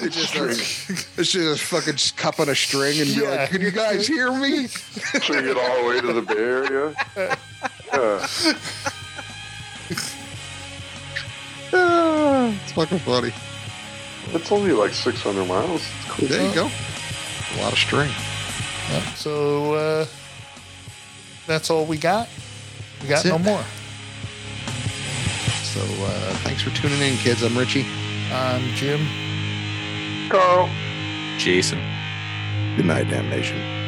Speaker 1: It's just, a, it's just a fucking just cup on a string and be
Speaker 2: Yeah.
Speaker 1: like, can you guys hear me?
Speaker 4: Bring it all the way to the Bay Area. Yeah.
Speaker 1: Ah, it's fucking funny.
Speaker 4: It's only like 600 miles. It's cool.
Speaker 1: There you go. A lot of string.
Speaker 2: Yeah, So uh, that's all we got. We
Speaker 1: That's
Speaker 2: got
Speaker 1: it.
Speaker 2: no more.
Speaker 1: So uh, thanks for tuning in, kids. I'm Richie.
Speaker 2: I'm Jim.
Speaker 4: Carl.
Speaker 5: Jason.
Speaker 3: Good night, damnation.